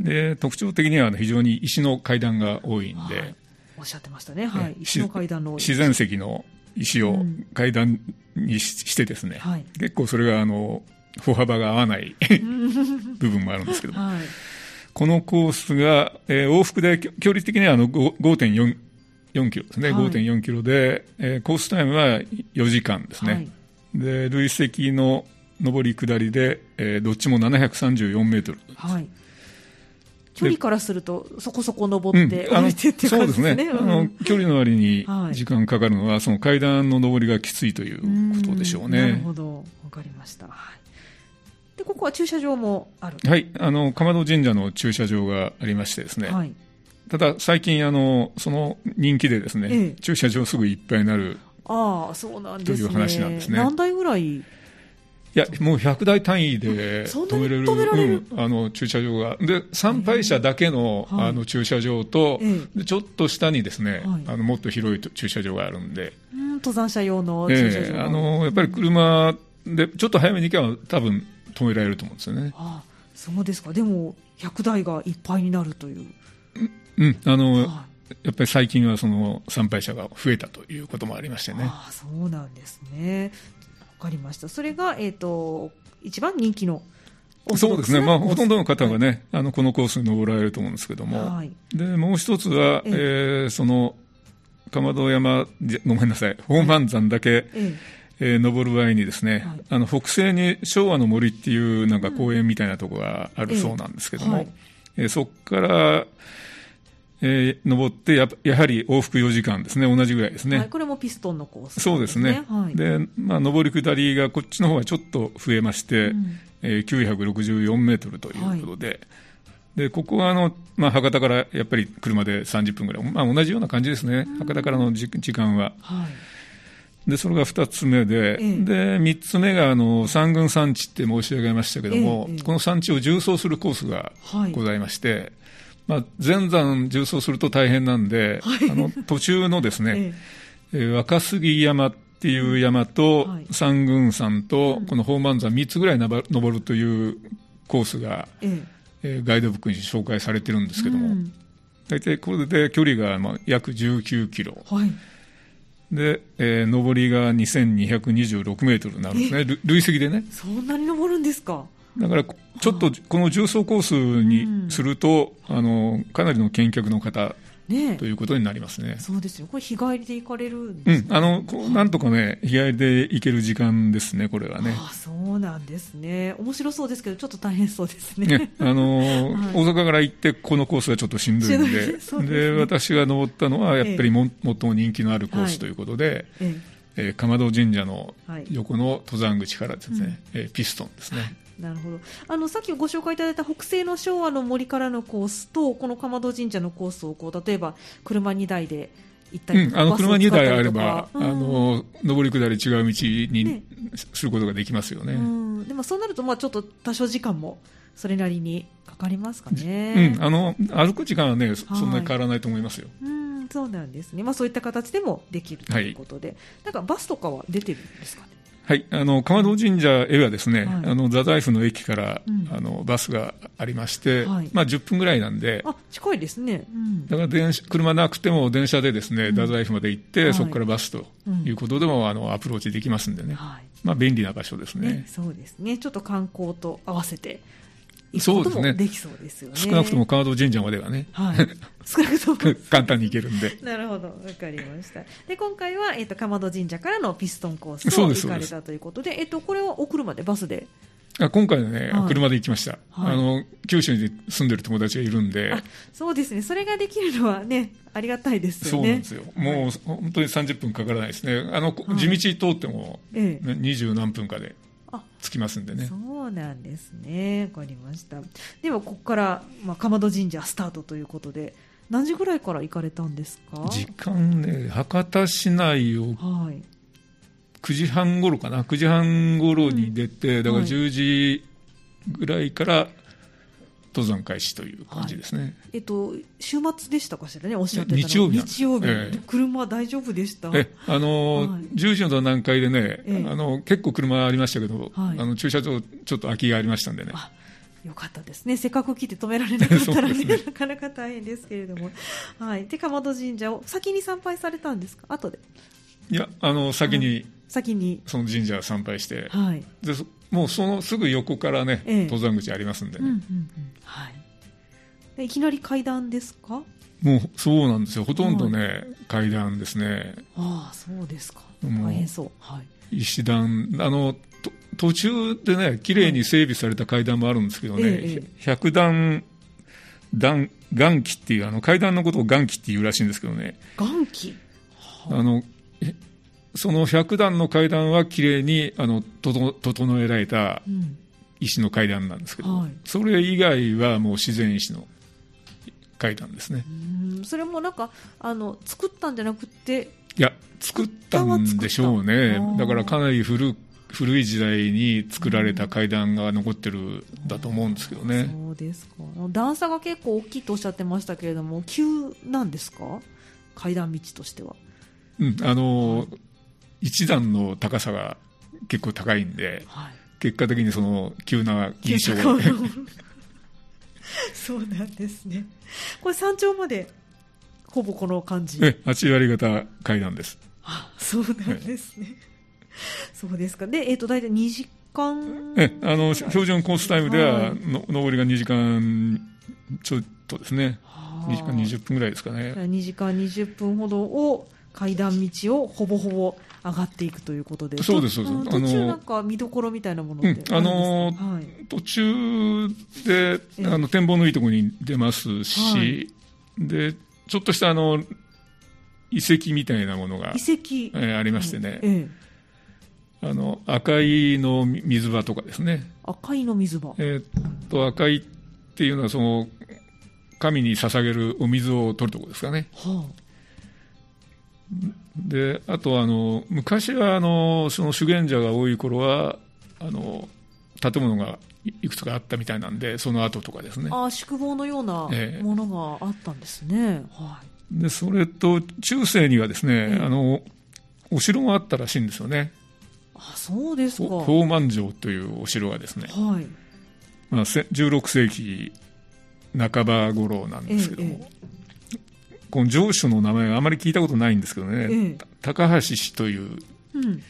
[SPEAKER 2] で特徴的にはあの非常に石の階段が多いんで、
[SPEAKER 1] はいおっしゃってましたね、はい、
[SPEAKER 2] え
[SPEAKER 1] 石の階段の
[SPEAKER 2] 自然石の石
[SPEAKER 1] う
[SPEAKER 2] を
[SPEAKER 1] ん
[SPEAKER 2] 階段にししてですね、
[SPEAKER 1] はい
[SPEAKER 2] 結構それがあの歩幅が合わない 部分もあるんですけども、
[SPEAKER 1] はい
[SPEAKER 2] このコースが、えー往復できょ距離的にはあのご5.4 4キロですね、
[SPEAKER 1] はい
[SPEAKER 2] 5.4キロで、えーコースタイムは4時間ですね、
[SPEAKER 1] はい
[SPEAKER 2] で累積の上り下りで、えーどっちも734メートル、
[SPEAKER 1] はい距離からすると、そこそこ登って降りてっていう
[SPEAKER 2] そう
[SPEAKER 1] 感
[SPEAKER 2] で
[SPEAKER 1] じ
[SPEAKER 2] す
[SPEAKER 1] です
[SPEAKER 2] ね
[SPEAKER 1] ね。、
[SPEAKER 2] あの距離の割に
[SPEAKER 1] はい
[SPEAKER 2] 時間かかるのは、その階段の上りがきついとい
[SPEAKER 1] うん
[SPEAKER 2] うことでしょう
[SPEAKER 1] なる
[SPEAKER 2] ね。
[SPEAKER 1] ほど、わかりました。はいで、ここは駐車場もある。
[SPEAKER 2] はい、あのかまど神社の駐車場がありましてですね、
[SPEAKER 1] はい。
[SPEAKER 2] ただ最近あの、その人気でですね、
[SPEAKER 1] ええ
[SPEAKER 2] 駐車場すぐいっぱいになる、
[SPEAKER 1] ああ、そうなんです
[SPEAKER 2] という
[SPEAKER 1] ね。
[SPEAKER 2] 話なんですね
[SPEAKER 1] 何台ぐらい
[SPEAKER 2] いや、もう100台単位で
[SPEAKER 1] あそんな
[SPEAKER 2] 止
[SPEAKER 1] に
[SPEAKER 2] められる
[SPEAKER 1] 止められる
[SPEAKER 2] うんあの駐車場が、で参拝者だけの,、
[SPEAKER 1] はい
[SPEAKER 2] あの駐車場と、
[SPEAKER 1] え
[SPEAKER 2] でちょっと下にですね、
[SPEAKER 1] はい
[SPEAKER 2] あのもっと広い駐車場があるんで。
[SPEAKER 1] うん、登山者用の駐車
[SPEAKER 2] え
[SPEAKER 1] 場
[SPEAKER 2] え
[SPEAKER 1] が、
[SPEAKER 2] あのやっぱり車でちょっと早めに行けば多分止められると思うんですよね。
[SPEAKER 1] ああそうですか。でも、100台がいっぱいになるという。
[SPEAKER 2] うん、あの
[SPEAKER 1] は
[SPEAKER 2] やっぱり最近はその参拝者が増えたということもありまして
[SPEAKER 1] い
[SPEAKER 2] ね。
[SPEAKER 1] ああ、そうなんですね。わかりました。それが、えっ、と、一番人気のオーソ
[SPEAKER 2] そ
[SPEAKER 1] ド
[SPEAKER 2] う
[SPEAKER 1] ッ
[SPEAKER 2] で
[SPEAKER 1] ク
[SPEAKER 2] す
[SPEAKER 1] スな
[SPEAKER 2] ね、まあ、
[SPEAKER 1] コース
[SPEAKER 2] ほとんどの方がね、あのこのコースに登られると思うんですけども、
[SPEAKER 1] はい
[SPEAKER 2] でもう一つは、
[SPEAKER 1] え
[SPEAKER 2] え
[SPEAKER 1] え
[SPEAKER 2] ーその鎌戸山じゃ、ごめんなさい、宝満山だけ、
[SPEAKER 1] え
[SPEAKER 2] えー登る場合にですね、
[SPEAKER 1] はい
[SPEAKER 2] あの北西に昭和の森っていうなんか公園みたいなところがあ
[SPEAKER 1] え
[SPEAKER 2] る
[SPEAKER 1] え
[SPEAKER 2] そうなんですけども、
[SPEAKER 1] はい
[SPEAKER 2] えーそこから、えー登ってややはり往復4時間ですね同じぐらいです
[SPEAKER 1] え
[SPEAKER 2] ね、
[SPEAKER 1] はい、これもピストンのコース、
[SPEAKER 2] そうですね、
[SPEAKER 1] はい、
[SPEAKER 2] でまあ、上り下りがこっちの方がちょっと増えまして、
[SPEAKER 1] うん
[SPEAKER 2] えー964メートルということで、でここはあの、まあ、博多からやっぱり車で30分ぐらい、まあ、同じような感じですね、博多からのじ時間は。
[SPEAKER 1] はい。
[SPEAKER 2] でそれが2つ目
[SPEAKER 1] え
[SPEAKER 2] で、
[SPEAKER 1] え
[SPEAKER 2] で3つ目があの三軍山地って申し上げましたけども、
[SPEAKER 1] ええええ
[SPEAKER 2] この山地を縦走するコースが
[SPEAKER 1] はい
[SPEAKER 2] ございまして、まあ、全山縦走すると大変なんで、あの途中のですね、
[SPEAKER 1] え
[SPEAKER 2] えー若杉山っていう山と、
[SPEAKER 1] はい
[SPEAKER 2] 三軍山と、この宝満山3つぐらいなば登るというコースが、
[SPEAKER 1] えええ
[SPEAKER 2] えーガイドブックに紹介されてるんですけども、
[SPEAKER 1] うん
[SPEAKER 2] 大体これで距離がまあ約19キロ。
[SPEAKER 1] はい。
[SPEAKER 2] で、えー上りが2226メートルになるんですね、る累積でね。
[SPEAKER 1] そんなに登るんですか。
[SPEAKER 2] だからこ、ちょっとこの重走コース
[SPEAKER 1] うん
[SPEAKER 2] にすると、あの、かなりの見客の方
[SPEAKER 1] ね
[SPEAKER 2] と
[SPEAKER 1] え。
[SPEAKER 2] いうことになりますね。
[SPEAKER 1] そうですよ。これ日帰りで行かれるん
[SPEAKER 2] う
[SPEAKER 1] です
[SPEAKER 2] ん、
[SPEAKER 1] か、
[SPEAKER 2] あの、こうなんとかね、日帰りで行ける時間ですね、これはね。
[SPEAKER 1] ああ、そうなんですね。面白そうですけど、ちょっと大変そうですね。
[SPEAKER 2] ね、あのー
[SPEAKER 1] はい
[SPEAKER 2] 大阪から行って、このコースはちょっとしんどいん
[SPEAKER 1] しんどい
[SPEAKER 2] で、
[SPEAKER 1] ですそうですね
[SPEAKER 2] で私が登ったのは、やっぱりも、最も人気のあるコー
[SPEAKER 1] はい
[SPEAKER 2] スということで、
[SPEAKER 1] え
[SPEAKER 2] えー鎌戸神社の
[SPEAKER 1] はい
[SPEAKER 2] 横の登山口からですね、えーピストンですね。
[SPEAKER 1] え、なるほどあのさっきご紹介いただいた北西の昭和の森からのコースとこの鎌戸神社のコースをこう例えば車2台で行ったり
[SPEAKER 2] う
[SPEAKER 1] と
[SPEAKER 2] ん、
[SPEAKER 1] か、
[SPEAKER 2] あの
[SPEAKER 1] バスを
[SPEAKER 2] 車
[SPEAKER 1] 使
[SPEAKER 2] 2
[SPEAKER 1] ったり
[SPEAKER 2] 台あれ
[SPEAKER 1] と
[SPEAKER 2] ば
[SPEAKER 1] か、
[SPEAKER 2] あ
[SPEAKER 1] うん
[SPEAKER 2] の上り下り違う道に、
[SPEAKER 1] ね
[SPEAKER 2] することができますよね。
[SPEAKER 1] うんでもそうなるとまあちょっと多少時間もそれなりにかかりますか
[SPEAKER 2] うん
[SPEAKER 1] ね、
[SPEAKER 2] あの歩く時間はね、そ
[SPEAKER 1] はい
[SPEAKER 2] そんなに変わらないと思いますよ。
[SPEAKER 1] うんそうなんですね、まあ、そういった形でもできるということで、なんかバスとかは出てるんですかね
[SPEAKER 2] はい、あの鎌戸神社へはですね、
[SPEAKER 1] はい
[SPEAKER 2] あの座財布の駅から、
[SPEAKER 1] うん
[SPEAKER 2] あのバスがありまして、
[SPEAKER 1] はい
[SPEAKER 2] まあ10分ぐらいなんで、
[SPEAKER 1] あ近いですね、うん
[SPEAKER 2] だから電車車なくても電車でですね、
[SPEAKER 1] ん
[SPEAKER 2] 太宰府まで行って、
[SPEAKER 1] はい
[SPEAKER 2] そこからバスということでも、あのアプローチできますんでね、
[SPEAKER 1] はい
[SPEAKER 2] まあ便利な場所ですね。
[SPEAKER 1] ね、そうですね。ちょっと観光と合わせて行くこと
[SPEAKER 2] そうです
[SPEAKER 1] も
[SPEAKER 2] ね
[SPEAKER 1] できそうですよね。
[SPEAKER 2] 少なくとも鎌戸神社まではね、
[SPEAKER 1] はい。少なくとも。
[SPEAKER 2] 簡単に行けるんで。
[SPEAKER 1] なるほど、わかりました。で、今回は、えっ、と、かまど神社からのピストンコース
[SPEAKER 2] そ
[SPEAKER 1] を
[SPEAKER 2] うです
[SPEAKER 1] 行かれ
[SPEAKER 2] そ
[SPEAKER 1] たということで、えっ、と、これはお車で、バスで。
[SPEAKER 2] あ今回はね、
[SPEAKER 1] はい
[SPEAKER 2] 車で行きました、
[SPEAKER 1] はい
[SPEAKER 2] あの九州に住んでる友達がいるんで、
[SPEAKER 1] あ、そうですね。それができるのはね、ありがたいです
[SPEAKER 2] そ
[SPEAKER 1] よ
[SPEAKER 2] うな
[SPEAKER 1] ね。
[SPEAKER 2] んですよ、もう本当に30分かからないですね、あのこ
[SPEAKER 1] はい
[SPEAKER 2] 地道通っても
[SPEAKER 1] ええ。
[SPEAKER 2] ね二十、何分かで
[SPEAKER 1] あ、
[SPEAKER 2] 着きますんでね
[SPEAKER 1] そ、うなんですね。わかりました。では、ここから、まあ、かまど神社スタートということで、何時ぐらいから行かれたんですか
[SPEAKER 2] 時間ね、博多市内を
[SPEAKER 1] はい。
[SPEAKER 2] 9時半頃かな、9時半頃に出て、だから
[SPEAKER 1] はい
[SPEAKER 2] 10時ぐらいから登山開始という感じですね。
[SPEAKER 1] えっと、週末でしたかしらね、おっしゃってたの
[SPEAKER 2] 日曜日なんです
[SPEAKER 1] 日曜日、
[SPEAKER 2] ええ
[SPEAKER 1] 車大丈夫でした
[SPEAKER 2] えあの
[SPEAKER 1] はい
[SPEAKER 2] 10時の段階でね、
[SPEAKER 1] ええ
[SPEAKER 2] あの結構車ありましたけど、
[SPEAKER 1] はい
[SPEAKER 2] あの駐車場、ちょっと空きがありましたんでね、
[SPEAKER 1] あよかったですね、せっかく来て止められなかったら、ね
[SPEAKER 2] そうです
[SPEAKER 1] なかなか大変ですけれども、はい、で鎌戸神社を先に参拝されたんですか、後で、
[SPEAKER 2] いや、あの先
[SPEAKER 1] は
[SPEAKER 2] に
[SPEAKER 1] 先に、
[SPEAKER 2] その神社参拝して、
[SPEAKER 1] はい
[SPEAKER 2] でそもうそのすぐ横からね、
[SPEAKER 1] ええ
[SPEAKER 2] 登山口ありますんで
[SPEAKER 1] うんうんう
[SPEAKER 2] ね、
[SPEAKER 1] んはいでいきなり階段ですか、
[SPEAKER 2] もうそうなんですよ、ほとんどね、階段ですね、
[SPEAKER 1] ああ、そうですか、
[SPEAKER 2] もう
[SPEAKER 1] 大変そう、はい、
[SPEAKER 2] 石段、あのと途中でね、綺麗に整備された階段もあるんですけどね、
[SPEAKER 1] えええ
[SPEAKER 2] 100段段岩気っていうあの階段のことを岩気っていうらしいんですけどね
[SPEAKER 1] 元気
[SPEAKER 2] あのえその100段の階段は綺麗にあのとと整えられた
[SPEAKER 1] うん
[SPEAKER 2] 石の階段なんですけど、
[SPEAKER 1] はい
[SPEAKER 2] それ以外はもう自然石の階段ですね
[SPEAKER 1] うんそれもなんかあの作ったんじゃなくて
[SPEAKER 2] いや作ったんでしょう
[SPEAKER 1] 作ったは
[SPEAKER 2] ね
[SPEAKER 1] 作った
[SPEAKER 2] だからかなり古古い時代に作られた階段が残ってるんだと思うんですけどね
[SPEAKER 1] そうですか段差が結構大きいとおっしゃってましたけれども急なんですか階段道としては
[SPEAKER 2] うんあの一段の高さが結構高いんで
[SPEAKER 1] はい
[SPEAKER 2] 結果的にその急な印象が
[SPEAKER 1] そうなんですねこれ山頂までほぼこの感じ
[SPEAKER 2] え8割方階段です
[SPEAKER 1] あそうなんですねそうですかでえっ、と大体2時間
[SPEAKER 2] えあの標準コースタイムで
[SPEAKER 1] は
[SPEAKER 2] はいの上りが2時間ちょっとですね2時間20分ぐらいですかね
[SPEAKER 1] 2時間20分ほどを階段道をほぼほぼ上がっていくということで
[SPEAKER 2] そうです
[SPEAKER 1] と
[SPEAKER 2] そうです
[SPEAKER 1] ん
[SPEAKER 2] あの
[SPEAKER 1] 途中なんか見どころみたいなものってるんですか
[SPEAKER 2] うんあのー
[SPEAKER 1] はい
[SPEAKER 2] 途中で
[SPEAKER 1] え
[SPEAKER 2] あの展望のいいところに出ますし、
[SPEAKER 1] はい
[SPEAKER 2] でちょっとしたあの遺跡みたいなものが、
[SPEAKER 1] 遺跡
[SPEAKER 2] えーありましてね、
[SPEAKER 1] ええ
[SPEAKER 2] あの赤いの水場とかですね、
[SPEAKER 1] 赤いの水場
[SPEAKER 2] えーっと赤いっていうのはその神に捧げるお水を取るところですかね
[SPEAKER 1] は
[SPEAKER 2] であとあの昔はあのその修験者が多い頃はあの建物がいいくつかあったみたいなんでその後とかですね
[SPEAKER 1] ああ宿坊のような
[SPEAKER 2] ええ
[SPEAKER 1] ものがあったんですね、はい
[SPEAKER 2] でそれと中世にはですね、
[SPEAKER 1] ええ
[SPEAKER 2] あのお城があったらしいんですよね、
[SPEAKER 1] あそうですか、
[SPEAKER 2] ほ
[SPEAKER 1] は
[SPEAKER 2] 宝満城というお城がですね、
[SPEAKER 1] い、
[SPEAKER 2] まあ、せ16世紀半ば頃なんですけども、この城主の名前があまり聞いたことないんですけどね、
[SPEAKER 1] ええ
[SPEAKER 2] た高橋氏という
[SPEAKER 1] うん、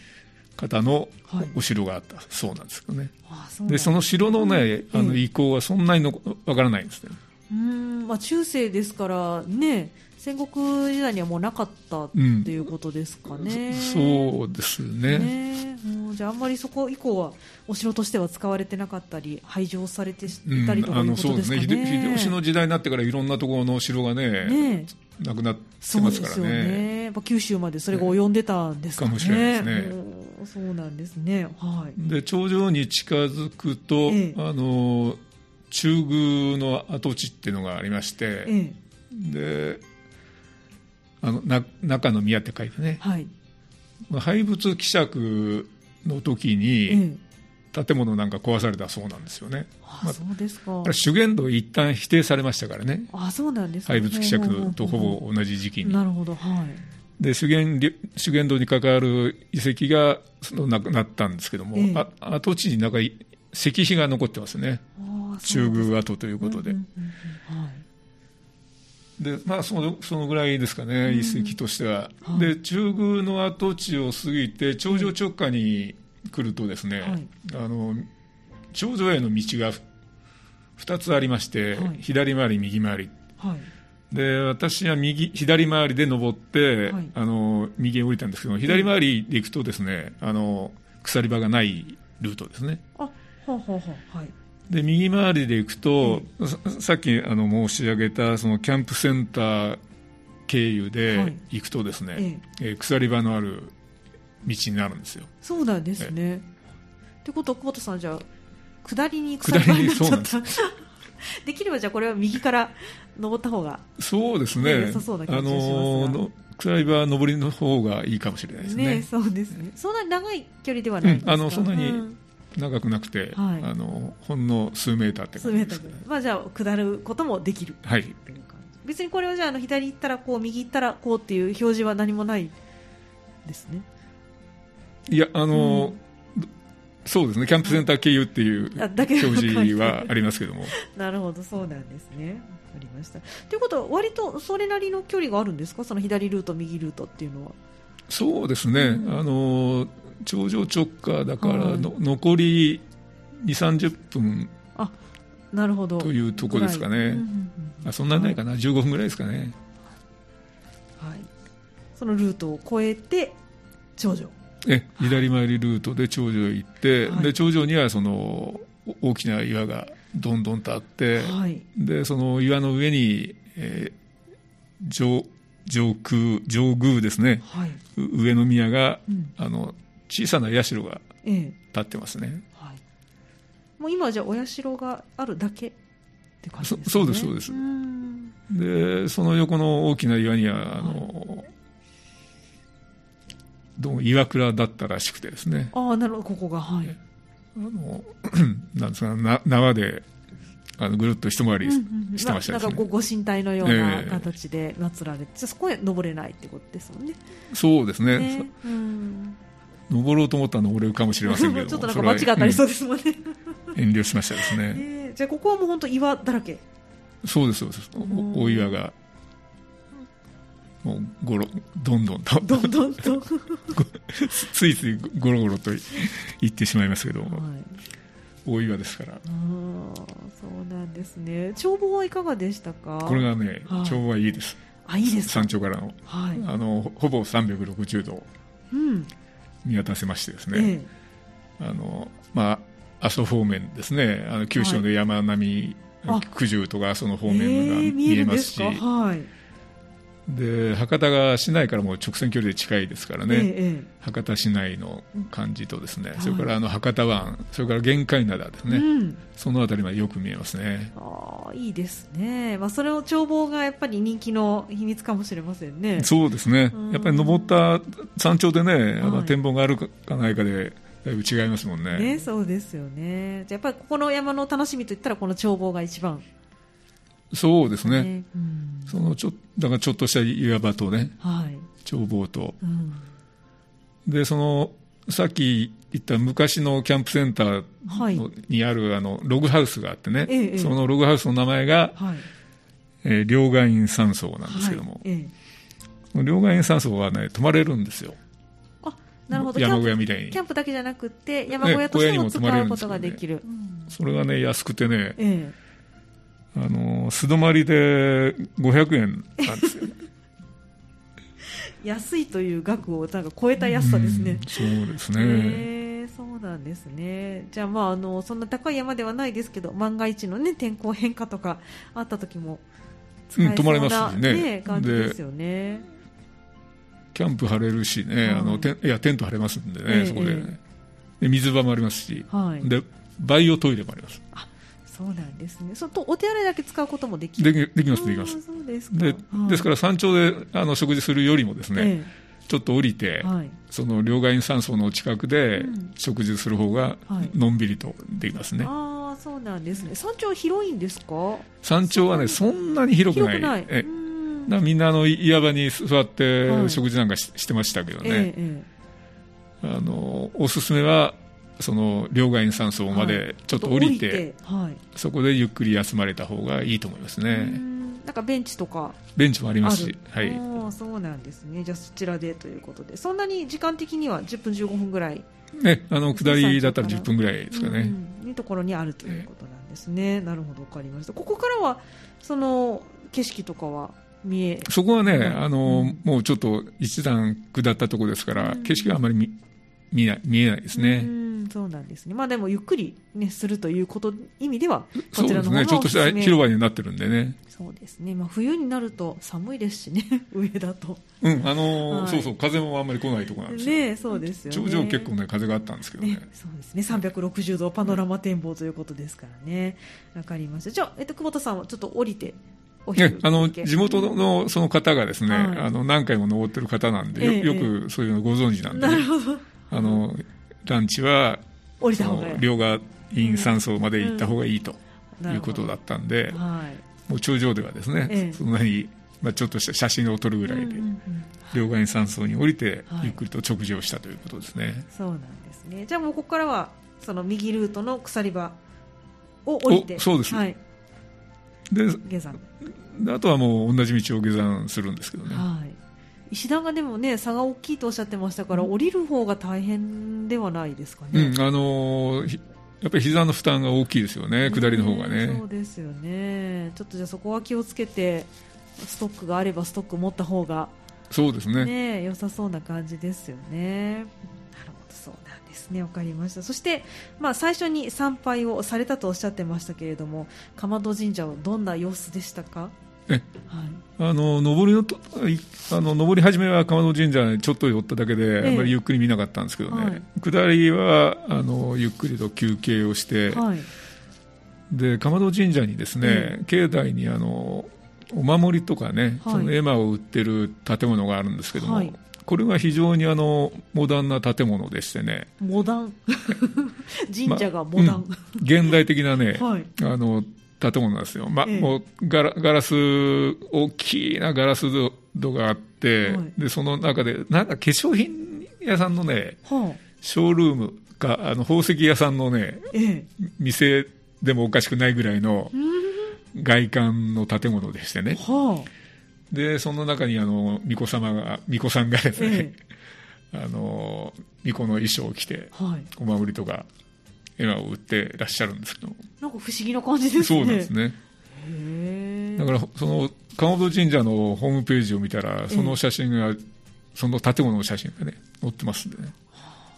[SPEAKER 2] 方の
[SPEAKER 1] はい
[SPEAKER 2] お城があったそうなんですけどね、
[SPEAKER 1] あそうなん
[SPEAKER 2] でその城の,、ね、あの
[SPEAKER 1] ええ
[SPEAKER 2] 遺構はそんなにのわからないんですね。
[SPEAKER 1] うーんまあ、中世ですからね戦国時代にはもうなかったって
[SPEAKER 2] うん
[SPEAKER 1] いうことですかね、
[SPEAKER 2] そうですね
[SPEAKER 1] ねうんじゃああんまりそこ以降はお城としては使われてなかったり廃城されていたりとかいうことですかね,、
[SPEAKER 2] 秀秀吉の時代になってからいろんなところの城がね
[SPEAKER 1] ね
[SPEAKER 2] なくなって
[SPEAKER 1] そう
[SPEAKER 2] ま
[SPEAKER 1] です
[SPEAKER 2] から
[SPEAKER 1] すよ
[SPEAKER 2] ね
[SPEAKER 1] ねやっぱ九州までそれが及んでたんですかね、
[SPEAKER 2] かもしれないですね
[SPEAKER 1] うんそうなんですねはい
[SPEAKER 2] で頂上に近づくと、
[SPEAKER 1] ええ
[SPEAKER 2] あの中宮の跡地っていうのがありまして、
[SPEAKER 1] ええ
[SPEAKER 2] であのな中の宮って書いてね
[SPEAKER 1] はい
[SPEAKER 2] 廃仏希釈の時
[SPEAKER 1] え
[SPEAKER 2] に
[SPEAKER 1] え
[SPEAKER 2] 建物なんか壊されたそうなんですよね、
[SPEAKER 1] あそうですか
[SPEAKER 2] あれ修験道一旦否定されましたからね
[SPEAKER 1] あそうなんですね
[SPEAKER 2] 廃仏希釈とほぼ同じ時期に
[SPEAKER 1] なるほどはい
[SPEAKER 2] で修験り修験道に関わる遺跡がそのなくなったんですけども、
[SPEAKER 1] ええ
[SPEAKER 2] あ跡地になんかい石碑が残ってますね
[SPEAKER 1] ああそう
[SPEAKER 2] 中
[SPEAKER 1] です
[SPEAKER 2] 宮跡ということ
[SPEAKER 1] う
[SPEAKER 2] で,、
[SPEAKER 1] んうんうんうんはい
[SPEAKER 2] でまあ、そのそのぐらいですかね、遺跡としては、
[SPEAKER 1] はい
[SPEAKER 2] で中宮の跡地を過ぎて頂上直下に来るとですね、
[SPEAKER 1] はい
[SPEAKER 2] あの頂上への道が2つありまして、
[SPEAKER 1] はい
[SPEAKER 2] 左回り右回り
[SPEAKER 1] はい
[SPEAKER 2] で私は右左回りで登って、
[SPEAKER 1] はい
[SPEAKER 2] あの右へ降りたんですけど左回りで行くとですね、あの鎖場がないルートですね
[SPEAKER 1] あはあはあはあはい
[SPEAKER 2] で右回りで行くと、ささっきあの申し上げたそのキャンプセンター経由
[SPEAKER 1] は
[SPEAKER 2] で
[SPEAKER 1] い
[SPEAKER 2] 行くとですね、
[SPEAKER 1] え
[SPEAKER 2] えー鎖場のある道になるんですよ
[SPEAKER 1] そうなんですねってことは久保田さんじゃあ下りに行く
[SPEAKER 2] 下りに
[SPEAKER 1] になっちゃっ
[SPEAKER 2] そ
[SPEAKER 1] たできればじゃあこれは右から登った方が
[SPEAKER 2] そうです
[SPEAKER 1] ね
[SPEAKER 2] ね
[SPEAKER 1] 良さそうな
[SPEAKER 2] あ
[SPEAKER 1] 感じがしますが
[SPEAKER 2] のの鎖場登りの方がいいかもしれないです
[SPEAKER 1] ね
[SPEAKER 2] ね
[SPEAKER 1] そうですねそんなに長い距離ではないんですか
[SPEAKER 2] うんあのそんなに
[SPEAKER 1] うん
[SPEAKER 2] 長くなくて、
[SPEAKER 1] はい
[SPEAKER 2] あのほんの数メーターって
[SPEAKER 1] 数
[SPEAKER 2] 感じ
[SPEAKER 1] メー
[SPEAKER 2] で
[SPEAKER 1] ト
[SPEAKER 2] す
[SPEAKER 1] ル
[SPEAKER 2] ね
[SPEAKER 1] まあじゃあ下ることもできる
[SPEAKER 2] はい
[SPEAKER 1] っていう感じ別にこれはじゃああの左行ったらこう右行ったらこうっていう表示は何もないですね
[SPEAKER 2] いや、あの、
[SPEAKER 1] う
[SPEAKER 2] どそうですね、キャンプセンター経由っていう
[SPEAKER 1] あ
[SPEAKER 2] 表
[SPEAKER 1] だけの
[SPEAKER 2] 示はありますけども、
[SPEAKER 1] なるほどそうなんですねわかりましたということは割とそれなりの距離があるんですかその左ルート右ルートっていうのは
[SPEAKER 2] そうですね、
[SPEAKER 1] うん
[SPEAKER 2] あの、頂上直下だから
[SPEAKER 1] はい
[SPEAKER 2] の、残り2、30分
[SPEAKER 1] なるほど
[SPEAKER 2] というとこですか
[SPEAKER 1] ぐ
[SPEAKER 2] ね
[SPEAKER 1] らいうんうんうん
[SPEAKER 2] あ、そんなにないかな、15分ぐらいですかね。
[SPEAKER 1] はい、そのルートを越えて頂上
[SPEAKER 2] え左回りルートで頂上へ行って、
[SPEAKER 1] はい
[SPEAKER 2] で頂上にはそのお大きな岩がどんどんとあって、
[SPEAKER 1] はい
[SPEAKER 2] でその岩の上に、えー上上空上宮ですね
[SPEAKER 1] はいう
[SPEAKER 2] 上の宮が、
[SPEAKER 1] うん
[SPEAKER 2] あの小さな社が
[SPEAKER 1] ええ
[SPEAKER 2] 立ってますね
[SPEAKER 1] はいもう今はじゃあお社があるだけって感じですかね
[SPEAKER 2] そそうですそうです
[SPEAKER 1] ん
[SPEAKER 2] でその横の大きな岩にはあの、どうも岩倉だったらしくてですね
[SPEAKER 1] ああなるほどここがはい
[SPEAKER 2] あの なんですかな縄であのぐるっと一回りしてました
[SPEAKER 1] うんうんうんな
[SPEAKER 2] で
[SPEAKER 1] ん
[SPEAKER 2] す
[SPEAKER 1] か
[SPEAKER 2] ね
[SPEAKER 1] ごご神体のような
[SPEAKER 2] ええ
[SPEAKER 1] 形で祀られて、じゃあそこへ登れないってことですもんね。
[SPEAKER 2] そうですね
[SPEAKER 1] ねうん、
[SPEAKER 2] 登ろうと思ったら登れるかもしれませんけ ど
[SPEAKER 1] ちょっとなん
[SPEAKER 2] そ
[SPEAKER 1] か
[SPEAKER 2] れは
[SPEAKER 1] 罰が当たりそうですもんね。
[SPEAKER 2] うん遠慮しましたで すね
[SPEAKER 1] ねじゃあここはもう本当岩だらけ。
[SPEAKER 2] そうですそうですお
[SPEAKER 1] うん
[SPEAKER 2] お岩がもうゴロどんどんと
[SPEAKER 1] どんどん と。はい
[SPEAKER 2] ついついゴロゴロと行ってしまいますけど、大岩ですから
[SPEAKER 1] あーそうなんですね。眺望はいかがでしたか。
[SPEAKER 2] これがね
[SPEAKER 1] はい
[SPEAKER 2] 調和いいです
[SPEAKER 1] あいいですか。
[SPEAKER 2] 山頂からの
[SPEAKER 1] はい。
[SPEAKER 2] あのほほぼ360度
[SPEAKER 1] うん。
[SPEAKER 2] 見渡せましてですね、
[SPEAKER 1] ええ
[SPEAKER 2] あのまあ、阿蘇方面ですねあの九州の山並み、
[SPEAKER 1] はいあ
[SPEAKER 2] 九十とか阿蘇の方
[SPEAKER 1] ええ
[SPEAKER 2] 面が
[SPEAKER 1] 見
[SPEAKER 2] 見
[SPEAKER 1] える
[SPEAKER 2] え
[SPEAKER 1] ん
[SPEAKER 2] ま
[SPEAKER 1] ですす
[SPEAKER 2] し、
[SPEAKER 1] か。はい。
[SPEAKER 2] で博多が市内からもう直線距離で近いですからね、
[SPEAKER 1] ええ
[SPEAKER 2] 博多市内の感じとですね、
[SPEAKER 1] うん
[SPEAKER 2] それからあの博多湾、それから玄界灘です
[SPEAKER 1] ええ
[SPEAKER 2] ね、
[SPEAKER 1] うん。
[SPEAKER 2] そのあたりまでよく見えますね。
[SPEAKER 1] ああいいですね。まあそれを眺望がやっぱり人気の秘密かもしれませんね。
[SPEAKER 2] そうですね
[SPEAKER 1] うん、
[SPEAKER 2] やっぱり登った山頂でね、あ
[SPEAKER 1] は
[SPEAKER 2] の
[SPEAKER 1] い
[SPEAKER 2] 展望があるかないかで、だいぶ違いますもんね。
[SPEAKER 1] ね、そうですよね。じゃあやっぱりここの山の楽しみといったらこの眺望が一番、
[SPEAKER 2] そうですね、
[SPEAKER 1] うん
[SPEAKER 2] そのちょだからちょっとした岩場とね、
[SPEAKER 1] はい。
[SPEAKER 2] 眺望と、
[SPEAKER 1] うん。
[SPEAKER 2] でそのさっき言った昔のキャンプセンター
[SPEAKER 1] はい。
[SPEAKER 2] のにあるあのログハウスがあってね、
[SPEAKER 1] ええ
[SPEAKER 2] そのログハウスの名前が、
[SPEAKER 1] はい。
[SPEAKER 2] えー両岸院山荘なんですけども、
[SPEAKER 1] はいええ
[SPEAKER 2] 両岸院山荘はね、泊まれるんですよ。
[SPEAKER 1] あ、なるほど。キャ
[SPEAKER 2] 山
[SPEAKER 1] ン
[SPEAKER 2] 小
[SPEAKER 1] プ
[SPEAKER 2] 屋みたいに
[SPEAKER 1] キャンプだけじゃなくて、山小屋としても使うことができる。うん
[SPEAKER 2] それがね安くてね
[SPEAKER 1] え
[SPEAKER 2] あの素泊まりで500円なんで すよ
[SPEAKER 1] え。安いという額をなんか超えた安さですね。
[SPEAKER 2] うんそうです
[SPEAKER 1] へ
[SPEAKER 2] ね
[SPEAKER 1] えそうなんですね。じゃあ、まあ、あの、そんな高い山ではないですけど、万が一のね、天候変化とかあった時も、使え
[SPEAKER 2] うん泊まれますし
[SPEAKER 1] そうな
[SPEAKER 2] ね
[SPEAKER 1] 感じですよね。
[SPEAKER 2] キャンプ張れるしね、
[SPEAKER 1] はい
[SPEAKER 2] あのていやテント張れますんでね、
[SPEAKER 1] ええ
[SPEAKER 2] そこで,、
[SPEAKER 1] え
[SPEAKER 2] ね、で水場もありますし、
[SPEAKER 1] はい。
[SPEAKER 2] でバイオトイレもあります
[SPEAKER 1] そうなんですね。そうとお手洗いだけ使うこともできる。
[SPEAKER 2] できできますできま
[SPEAKER 1] あー
[SPEAKER 2] す
[SPEAKER 1] そうですか。
[SPEAKER 2] でですからら山頂であの食事するよりもですね、ちょっと降りて、
[SPEAKER 1] はい。
[SPEAKER 2] その両岸山荘の近くで
[SPEAKER 1] うん
[SPEAKER 2] 食事する方が
[SPEAKER 1] はい
[SPEAKER 2] のんびりとできますね、
[SPEAKER 1] ああそうなんですね。山頂広いんですか？
[SPEAKER 2] 山頂はねそんなに広くない
[SPEAKER 1] 広くない。
[SPEAKER 2] ええ
[SPEAKER 1] うん
[SPEAKER 2] なみんなあの岩場に座っ
[SPEAKER 1] は
[SPEAKER 2] て
[SPEAKER 1] い
[SPEAKER 2] 食事なんかし,、てましたけど
[SPEAKER 1] ええ
[SPEAKER 2] ね、
[SPEAKER 1] え
[SPEAKER 2] あのおすすめはその両岸山荘ま
[SPEAKER 1] は
[SPEAKER 2] で
[SPEAKER 1] え
[SPEAKER 2] ちょっと降りて,、
[SPEAKER 1] はい。
[SPEAKER 2] そこでゆっくり休まれた方がいいと思いますね、
[SPEAKER 1] うんなんかベンチとか
[SPEAKER 2] ベンチもあり
[SPEAKER 1] あ
[SPEAKER 2] ますし
[SPEAKER 1] る。、
[SPEAKER 2] はい、
[SPEAKER 1] ああそうなんですね。じゃあそちらでということで、そんなに時間的には10分15分ぐらい
[SPEAKER 2] ね、あの下りだったら
[SPEAKER 1] 山頂から
[SPEAKER 2] 10分ぐらいですかね、
[SPEAKER 1] うんいいところにあるということなんですね。なるほどわかりました。ここからはその景色とかは見え
[SPEAKER 2] そこはね、
[SPEAKER 1] うん
[SPEAKER 2] あの
[SPEAKER 1] うん
[SPEAKER 2] もうちょっと一段下ったところですから、
[SPEAKER 1] うん
[SPEAKER 2] 景色はあまり見見ない見えないですね、
[SPEAKER 1] うんそうなんですね。まあでもゆっくりねするということ意味ではこ
[SPEAKER 2] そう
[SPEAKER 1] ちら
[SPEAKER 2] で
[SPEAKER 1] の
[SPEAKER 2] す
[SPEAKER 1] 方が
[SPEAKER 2] ね、ちょっとした
[SPEAKER 1] おすすめ
[SPEAKER 2] 広場になってるんでね、
[SPEAKER 1] そうですね。まあ冬になると寒いですしね 上だと
[SPEAKER 2] うん、あの
[SPEAKER 1] はい
[SPEAKER 2] そうそう、風もあんまり来ないところなんですよ、
[SPEAKER 1] ねそうですよね。
[SPEAKER 2] 頂上結構ね、風があったんですけどね
[SPEAKER 1] ね、そうですね360度パノラマ展望ということですからね、わかりました、じゃあ、えっと、久保田さんはちょっと降りて、お
[SPEAKER 2] ね
[SPEAKER 1] 昼、
[SPEAKER 2] あの
[SPEAKER 1] 休憩
[SPEAKER 2] 地元のその方がですね、
[SPEAKER 1] はい
[SPEAKER 2] あの何回も登ってる方なんで、よ
[SPEAKER 1] ええ
[SPEAKER 2] よくそういうのご存知なんで
[SPEAKER 1] な
[SPEAKER 2] ね、
[SPEAKER 1] るほど、
[SPEAKER 2] あのランチは
[SPEAKER 1] 降り
[SPEAKER 2] そ
[SPEAKER 1] た方が
[SPEAKER 2] の両側イン山荘まで行った方がいいと
[SPEAKER 1] ないる
[SPEAKER 2] う
[SPEAKER 1] ほ
[SPEAKER 2] こ
[SPEAKER 1] ど
[SPEAKER 2] とだったんで、
[SPEAKER 1] はい
[SPEAKER 2] もう頂上ではですね、
[SPEAKER 1] ええ
[SPEAKER 2] そんなに、まあ、ちょっとした写真を撮るぐらいで、
[SPEAKER 1] うんうんうん
[SPEAKER 2] 両側に山荘に降りて、
[SPEAKER 1] はい
[SPEAKER 2] ゆっくりと直上したということですね。
[SPEAKER 1] そうなんですね。じゃあもうここからはその右ルートの鎖場を降りて、
[SPEAKER 2] おそうです
[SPEAKER 1] はい、
[SPEAKER 2] で、
[SPEAKER 1] 下山、
[SPEAKER 2] であとはもう同じ道を下山するんですけどね。
[SPEAKER 1] はい。石段がでもね差が大きいとおっしゃってましたから、降りる方が大変ではないですか
[SPEAKER 2] う
[SPEAKER 1] ね。
[SPEAKER 2] ん、あのーひやっぱり膝の負担が大きいですよね、下りの方が
[SPEAKER 1] うん
[SPEAKER 2] ね
[SPEAKER 1] そう。ですよね。ちょっとじゃあそこは気をつけてストックがあればストック持った方が
[SPEAKER 2] そうですね
[SPEAKER 1] ね良さそうな感じですよね。なるほどそうなんですねわかりましたそして、まあ、最初に参拝をされたとおっしゃってましたけれども鎌戸神社はどんな様子でしたか、
[SPEAKER 2] え
[SPEAKER 1] はい、
[SPEAKER 2] あの登りのといあの登り始めは鎌戸神社にちょっと寄っただけで、
[SPEAKER 1] ええ
[SPEAKER 2] あまりゆっくり見なかったんですけどね、
[SPEAKER 1] はい
[SPEAKER 2] 下りはあのゆっくりと休憩をして、
[SPEAKER 1] はい、
[SPEAKER 2] で鎌戸神社にですね、
[SPEAKER 1] え
[SPEAKER 2] 境内にあのお守りとかね、
[SPEAKER 1] はい
[SPEAKER 2] その絵馬を売ってる建物があるんですけども、
[SPEAKER 1] はい
[SPEAKER 2] これが非常にあのモダンな建物でしてね
[SPEAKER 1] モダ ン神社がモダン、
[SPEAKER 2] 現代的なね、
[SPEAKER 1] はい
[SPEAKER 2] あの建物なんですよ、ま
[SPEAKER 1] ええ
[SPEAKER 2] もうガラガラス大きなガラス戸があって、
[SPEAKER 1] はい
[SPEAKER 2] でその中でなんか化粧品屋さんのね
[SPEAKER 1] はあ
[SPEAKER 2] ショールームかあの宝石屋さんのね
[SPEAKER 1] ええ
[SPEAKER 2] 店でもおかしくないぐらいの外観の建物でしてね
[SPEAKER 1] はあ
[SPEAKER 2] でその中にあの巫女様が巫女さんがです
[SPEAKER 1] え
[SPEAKER 2] ね、 あの巫女の衣装を着て
[SPEAKER 1] えはい
[SPEAKER 2] お守りとか絵馬を売ってらっしゃるんですけど
[SPEAKER 1] なんか不思議な感じですね
[SPEAKER 2] そうなんですね
[SPEAKER 1] へえ
[SPEAKER 2] だからその鎌本神社のホームページを見たらその写真が、その建物の写真がね載ってますんでね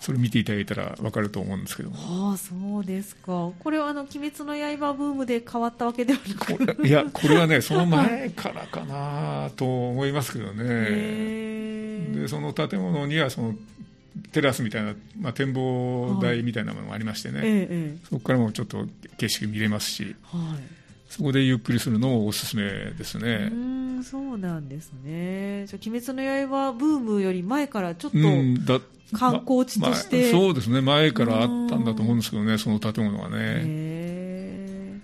[SPEAKER 2] それ見ていただいたら分かると思うんですけども
[SPEAKER 1] はあそうですかこれはあの「鬼滅の刃」ブームで変わったわけではなく
[SPEAKER 2] これいやこれは ねその前からかなと思いますけどね
[SPEAKER 1] へ
[SPEAKER 2] でその建物にはそのテラスみたいな、まあ、展望台みたいなものがありましてね、
[SPEAKER 1] えええ
[SPEAKER 2] そこからもちょっと景色見れますし
[SPEAKER 1] はい
[SPEAKER 2] そこでゆっくりするのもおすすめです
[SPEAKER 1] う
[SPEAKER 2] ね、
[SPEAKER 1] ーんそうなんですねじゃあ鬼滅の刃」ブームより前からちょっと、
[SPEAKER 2] うん、だ
[SPEAKER 1] 観光地として
[SPEAKER 2] ままそうですね前からあったんだと思うんですけどね、その建物は
[SPEAKER 1] へ
[SPEAKER 2] ね、
[SPEAKER 1] え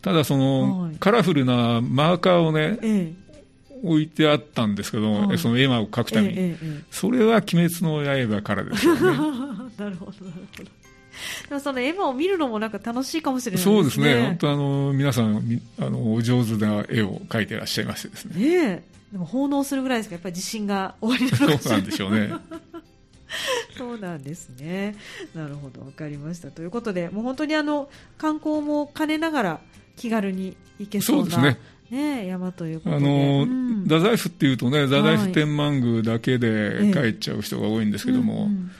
[SPEAKER 2] ただその、
[SPEAKER 1] はい
[SPEAKER 2] カラフルなマーカーをね
[SPEAKER 1] ええ
[SPEAKER 2] 置いてあったんですけど、
[SPEAKER 1] はい
[SPEAKER 2] その絵馬を描く
[SPEAKER 1] え
[SPEAKER 2] た
[SPEAKER 1] え
[SPEAKER 2] めに、
[SPEAKER 1] ええ
[SPEAKER 2] それは「鬼滅の刃」からですよね
[SPEAKER 1] なるほど、なるほど。でもその絵馬を見るのもなんか楽しいかもしれないですね。
[SPEAKER 2] そうですね本当あの皆さんみあのお上手な絵を描いてらっしゃいましてです ね
[SPEAKER 1] ねえ。でも奉納するぐらいですから、やっぱり自信が終わりな
[SPEAKER 2] そ
[SPEAKER 1] のか
[SPEAKER 2] う
[SPEAKER 1] しら
[SPEAKER 2] なんでしょう ね
[SPEAKER 1] そうなんですね。なるほど、わかりました。ということで、もう本当にあの、観光も兼ねながら気軽に行けそうな。
[SPEAKER 2] そうです
[SPEAKER 1] ね。え、山というこ
[SPEAKER 2] あ
[SPEAKER 1] とで。
[SPEAKER 2] の、
[SPEAKER 1] うん
[SPEAKER 2] 太宰府っていうとね太宰府天満宮だけで帰っちゃう人が多いんですけども、
[SPEAKER 1] うんうん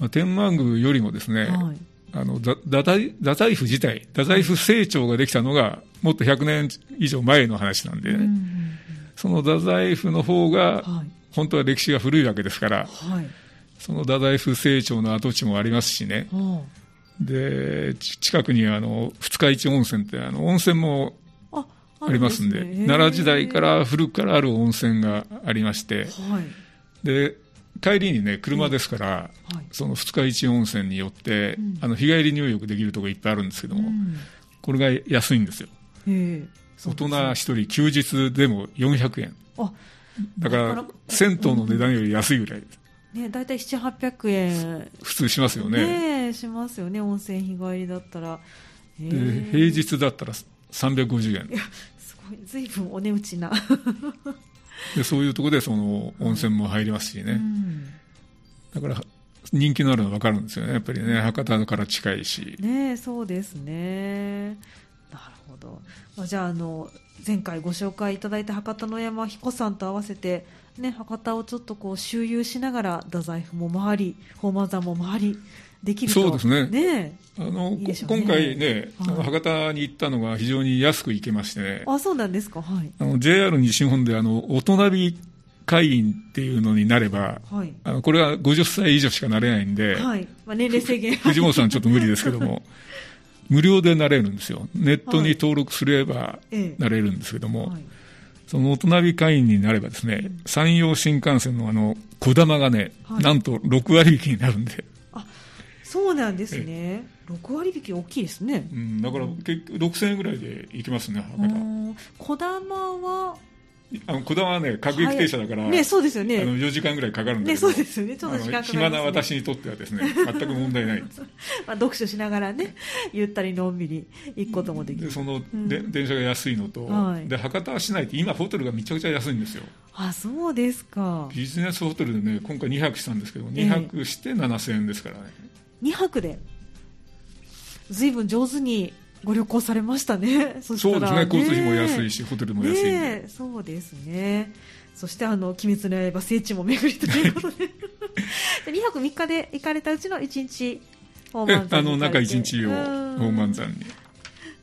[SPEAKER 2] まあ天満宮よりもですね、
[SPEAKER 1] はい。
[SPEAKER 2] あの、だ太宰太宰府自体、太宰府成長ができたのが、もっと100年以上前の話なんで、
[SPEAKER 1] うんうん
[SPEAKER 2] その太宰府の方が
[SPEAKER 1] うん、はい。
[SPEAKER 2] 本当は歴史が古いわけですから、
[SPEAKER 1] はい。
[SPEAKER 2] その太宰府成長の跡地もありますしね、
[SPEAKER 1] は
[SPEAKER 2] で、ち近くにあの、二日市温泉って、あの、温泉も
[SPEAKER 1] あああ
[SPEAKER 2] ありますんで、
[SPEAKER 1] るね
[SPEAKER 2] 奈良時代か
[SPEAKER 1] は
[SPEAKER 2] ら古くからある温泉がありまして
[SPEAKER 1] い。、
[SPEAKER 2] で、帰りにね、車ですから、
[SPEAKER 1] はい。
[SPEAKER 2] その二日市温泉によって、
[SPEAKER 1] うん
[SPEAKER 2] あの、日帰り入浴できるとこいっぱいあるんですけど
[SPEAKER 1] う
[SPEAKER 2] も、
[SPEAKER 1] ん
[SPEAKER 2] これが安いんですよ。
[SPEAKER 1] ええそ
[SPEAKER 2] 大
[SPEAKER 1] うで
[SPEAKER 2] 人
[SPEAKER 1] すね
[SPEAKER 2] 1人休日でも400円
[SPEAKER 1] あ
[SPEAKER 2] だか
[SPEAKER 1] なからなか
[SPEAKER 2] 銭湯の値段より安いぐらい
[SPEAKER 1] ね、大体7、800円、
[SPEAKER 2] 普通しますよね
[SPEAKER 1] ねえ、しますよね、温泉日帰りだったら。へえ
[SPEAKER 2] で平日だったら350円
[SPEAKER 1] すごい、ずいぶんお値打ちな。
[SPEAKER 2] でそういうところでその温泉も入りますし
[SPEAKER 1] う
[SPEAKER 2] ね
[SPEAKER 1] ん
[SPEAKER 2] だから人気のあるのは分かるんですよねやっぱりね博多から近いし
[SPEAKER 1] ねえ、そうですね。なるほど。まあ、じゃあ、あの、前回ご紹介いただいた博多の山彦さんと合わせて、ね、博多をちょっとこう周遊しながら、太宰府も回り、宝満山も回り、できると
[SPEAKER 2] そうですね
[SPEAKER 1] ね
[SPEAKER 2] あの
[SPEAKER 1] いいでしょう
[SPEAKER 2] こ
[SPEAKER 1] ね
[SPEAKER 2] 今回ね、
[SPEAKER 1] はい
[SPEAKER 2] あの博多に行ったのが非常に安く行けましてね
[SPEAKER 1] えあ、そうなんですか。はい。
[SPEAKER 2] あの JR 西日本であの大人び会員っていうのになれば
[SPEAKER 1] はい。
[SPEAKER 2] あのこれは50歳以上しかなれないんで、
[SPEAKER 1] はい。まあ、年齢制限。
[SPEAKER 2] 藤本さんちょっと無理ですけども、無料でなれるんですよ。ネットに登録すれば
[SPEAKER 1] ええ
[SPEAKER 2] なれるんですけども、
[SPEAKER 1] はい
[SPEAKER 2] その大人び会員になればですね、山陽新幹線のあの、小玉がね、
[SPEAKER 1] はい
[SPEAKER 2] なんと6割引きになるんで、
[SPEAKER 1] そうなんですね。六割引き大きいですね
[SPEAKER 2] う。ん、だから結局6000円ぐらいで行きますね、
[SPEAKER 1] う
[SPEAKER 2] 博多。
[SPEAKER 1] ーん小玉は
[SPEAKER 2] あの小玉はね、各駅停車だから、
[SPEAKER 1] ねそうですよ
[SPEAKER 2] あの
[SPEAKER 1] ね。
[SPEAKER 2] 4時間ぐらいかかるんだ
[SPEAKER 1] ね
[SPEAKER 2] けど、
[SPEAKER 1] そうですよね。ちょっと時間かかり
[SPEAKER 2] あの
[SPEAKER 1] ます、ね、
[SPEAKER 2] 暇な私にとってはですね、全く 問題ないんです。
[SPEAKER 1] まあ読書しながらね、ゆったりのんびり行くこともでき
[SPEAKER 2] で
[SPEAKER 1] る。
[SPEAKER 2] その、
[SPEAKER 1] ん
[SPEAKER 2] で電車が安いのと、
[SPEAKER 1] はい
[SPEAKER 2] で博多市内って今ホテルがめちゃくちゃ安いんですよ
[SPEAKER 1] あ、そうですか。
[SPEAKER 2] ビジネスホテルでね今回2泊したんですけど
[SPEAKER 1] ええ
[SPEAKER 2] 2泊して7000円ですからね、
[SPEAKER 1] 二泊で。ずいぶん上手にご旅行されましたね。そした
[SPEAKER 2] そ
[SPEAKER 1] ら
[SPEAKER 2] うですね交通費も安いしホテルも安いんで
[SPEAKER 1] ねえそうですね。そしてあの鬼滅の刃聖地も巡りということ で、2泊3日で行かれたうちの1日訪
[SPEAKER 2] え
[SPEAKER 1] 問
[SPEAKER 2] あの中1日を宝満
[SPEAKER 1] ん
[SPEAKER 2] 山に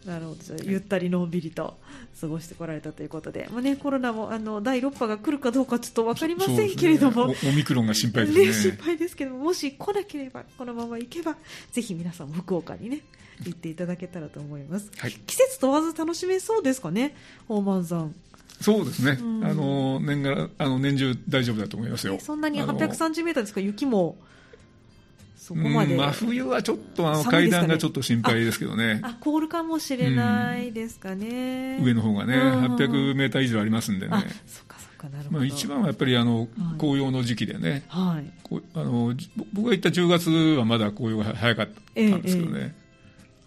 [SPEAKER 1] なるほどじゃあゆったりのんびりと過ごしてこられたということで、まあね、コロナもあの第6波が来るかどうかちょっと分かりませんけれども、
[SPEAKER 2] そうですねおオミクロンが心配
[SPEAKER 1] ね
[SPEAKER 2] です
[SPEAKER 1] 心
[SPEAKER 2] ね
[SPEAKER 1] 配ですけどももし来なければこのまま行けばぜひ皆さんも福岡にね行っていただけたらと思います、
[SPEAKER 2] はい
[SPEAKER 1] 季節問わず楽しめそうですかね宝満山
[SPEAKER 2] そうですね、
[SPEAKER 1] うん
[SPEAKER 2] あの年があの年中大丈夫だと思いますよ
[SPEAKER 1] えそんなに
[SPEAKER 2] あの
[SPEAKER 1] 830m ですか雪もそこ
[SPEAKER 2] うん
[SPEAKER 1] まで、
[SPEAKER 2] 真冬はちょっとあの
[SPEAKER 1] 寒い
[SPEAKER 2] 階
[SPEAKER 1] ですかね
[SPEAKER 2] 段がちょっと心配ですけどね
[SPEAKER 1] あ凍るかもしれないですかね、
[SPEAKER 2] 上の方がね、
[SPEAKER 1] うんうんうん
[SPEAKER 2] 800メーター以上ありますんでね、
[SPEAKER 1] あそっかそっかなるほど、
[SPEAKER 2] まあ、一番はやっぱりあの紅葉の時期でね、
[SPEAKER 1] はい
[SPEAKER 2] こうあのじぼ僕が行った10月はまだ紅葉が早かったんですけどね、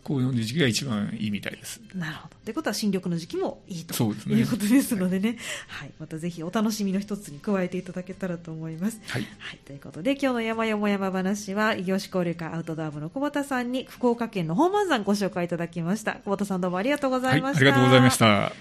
[SPEAKER 2] 紅葉の時期が一番いいみたいです。
[SPEAKER 1] なるほど。ということは新緑の時期もいいと
[SPEAKER 2] そうですね
[SPEAKER 1] いうことですのでね、はい、またぜひお楽しみの一つに加えていただけたらと思います。
[SPEAKER 2] はい
[SPEAKER 1] はい、ということで今日の山よも山話は異業種交流会アウトドア部の久保田さんに福岡県の宝満山ご紹介いただきました。久保田さんどうもありがとうござ
[SPEAKER 2] はいい、あ
[SPEAKER 1] まし
[SPEAKER 2] り
[SPEAKER 1] た。
[SPEAKER 2] がとうございまし。た。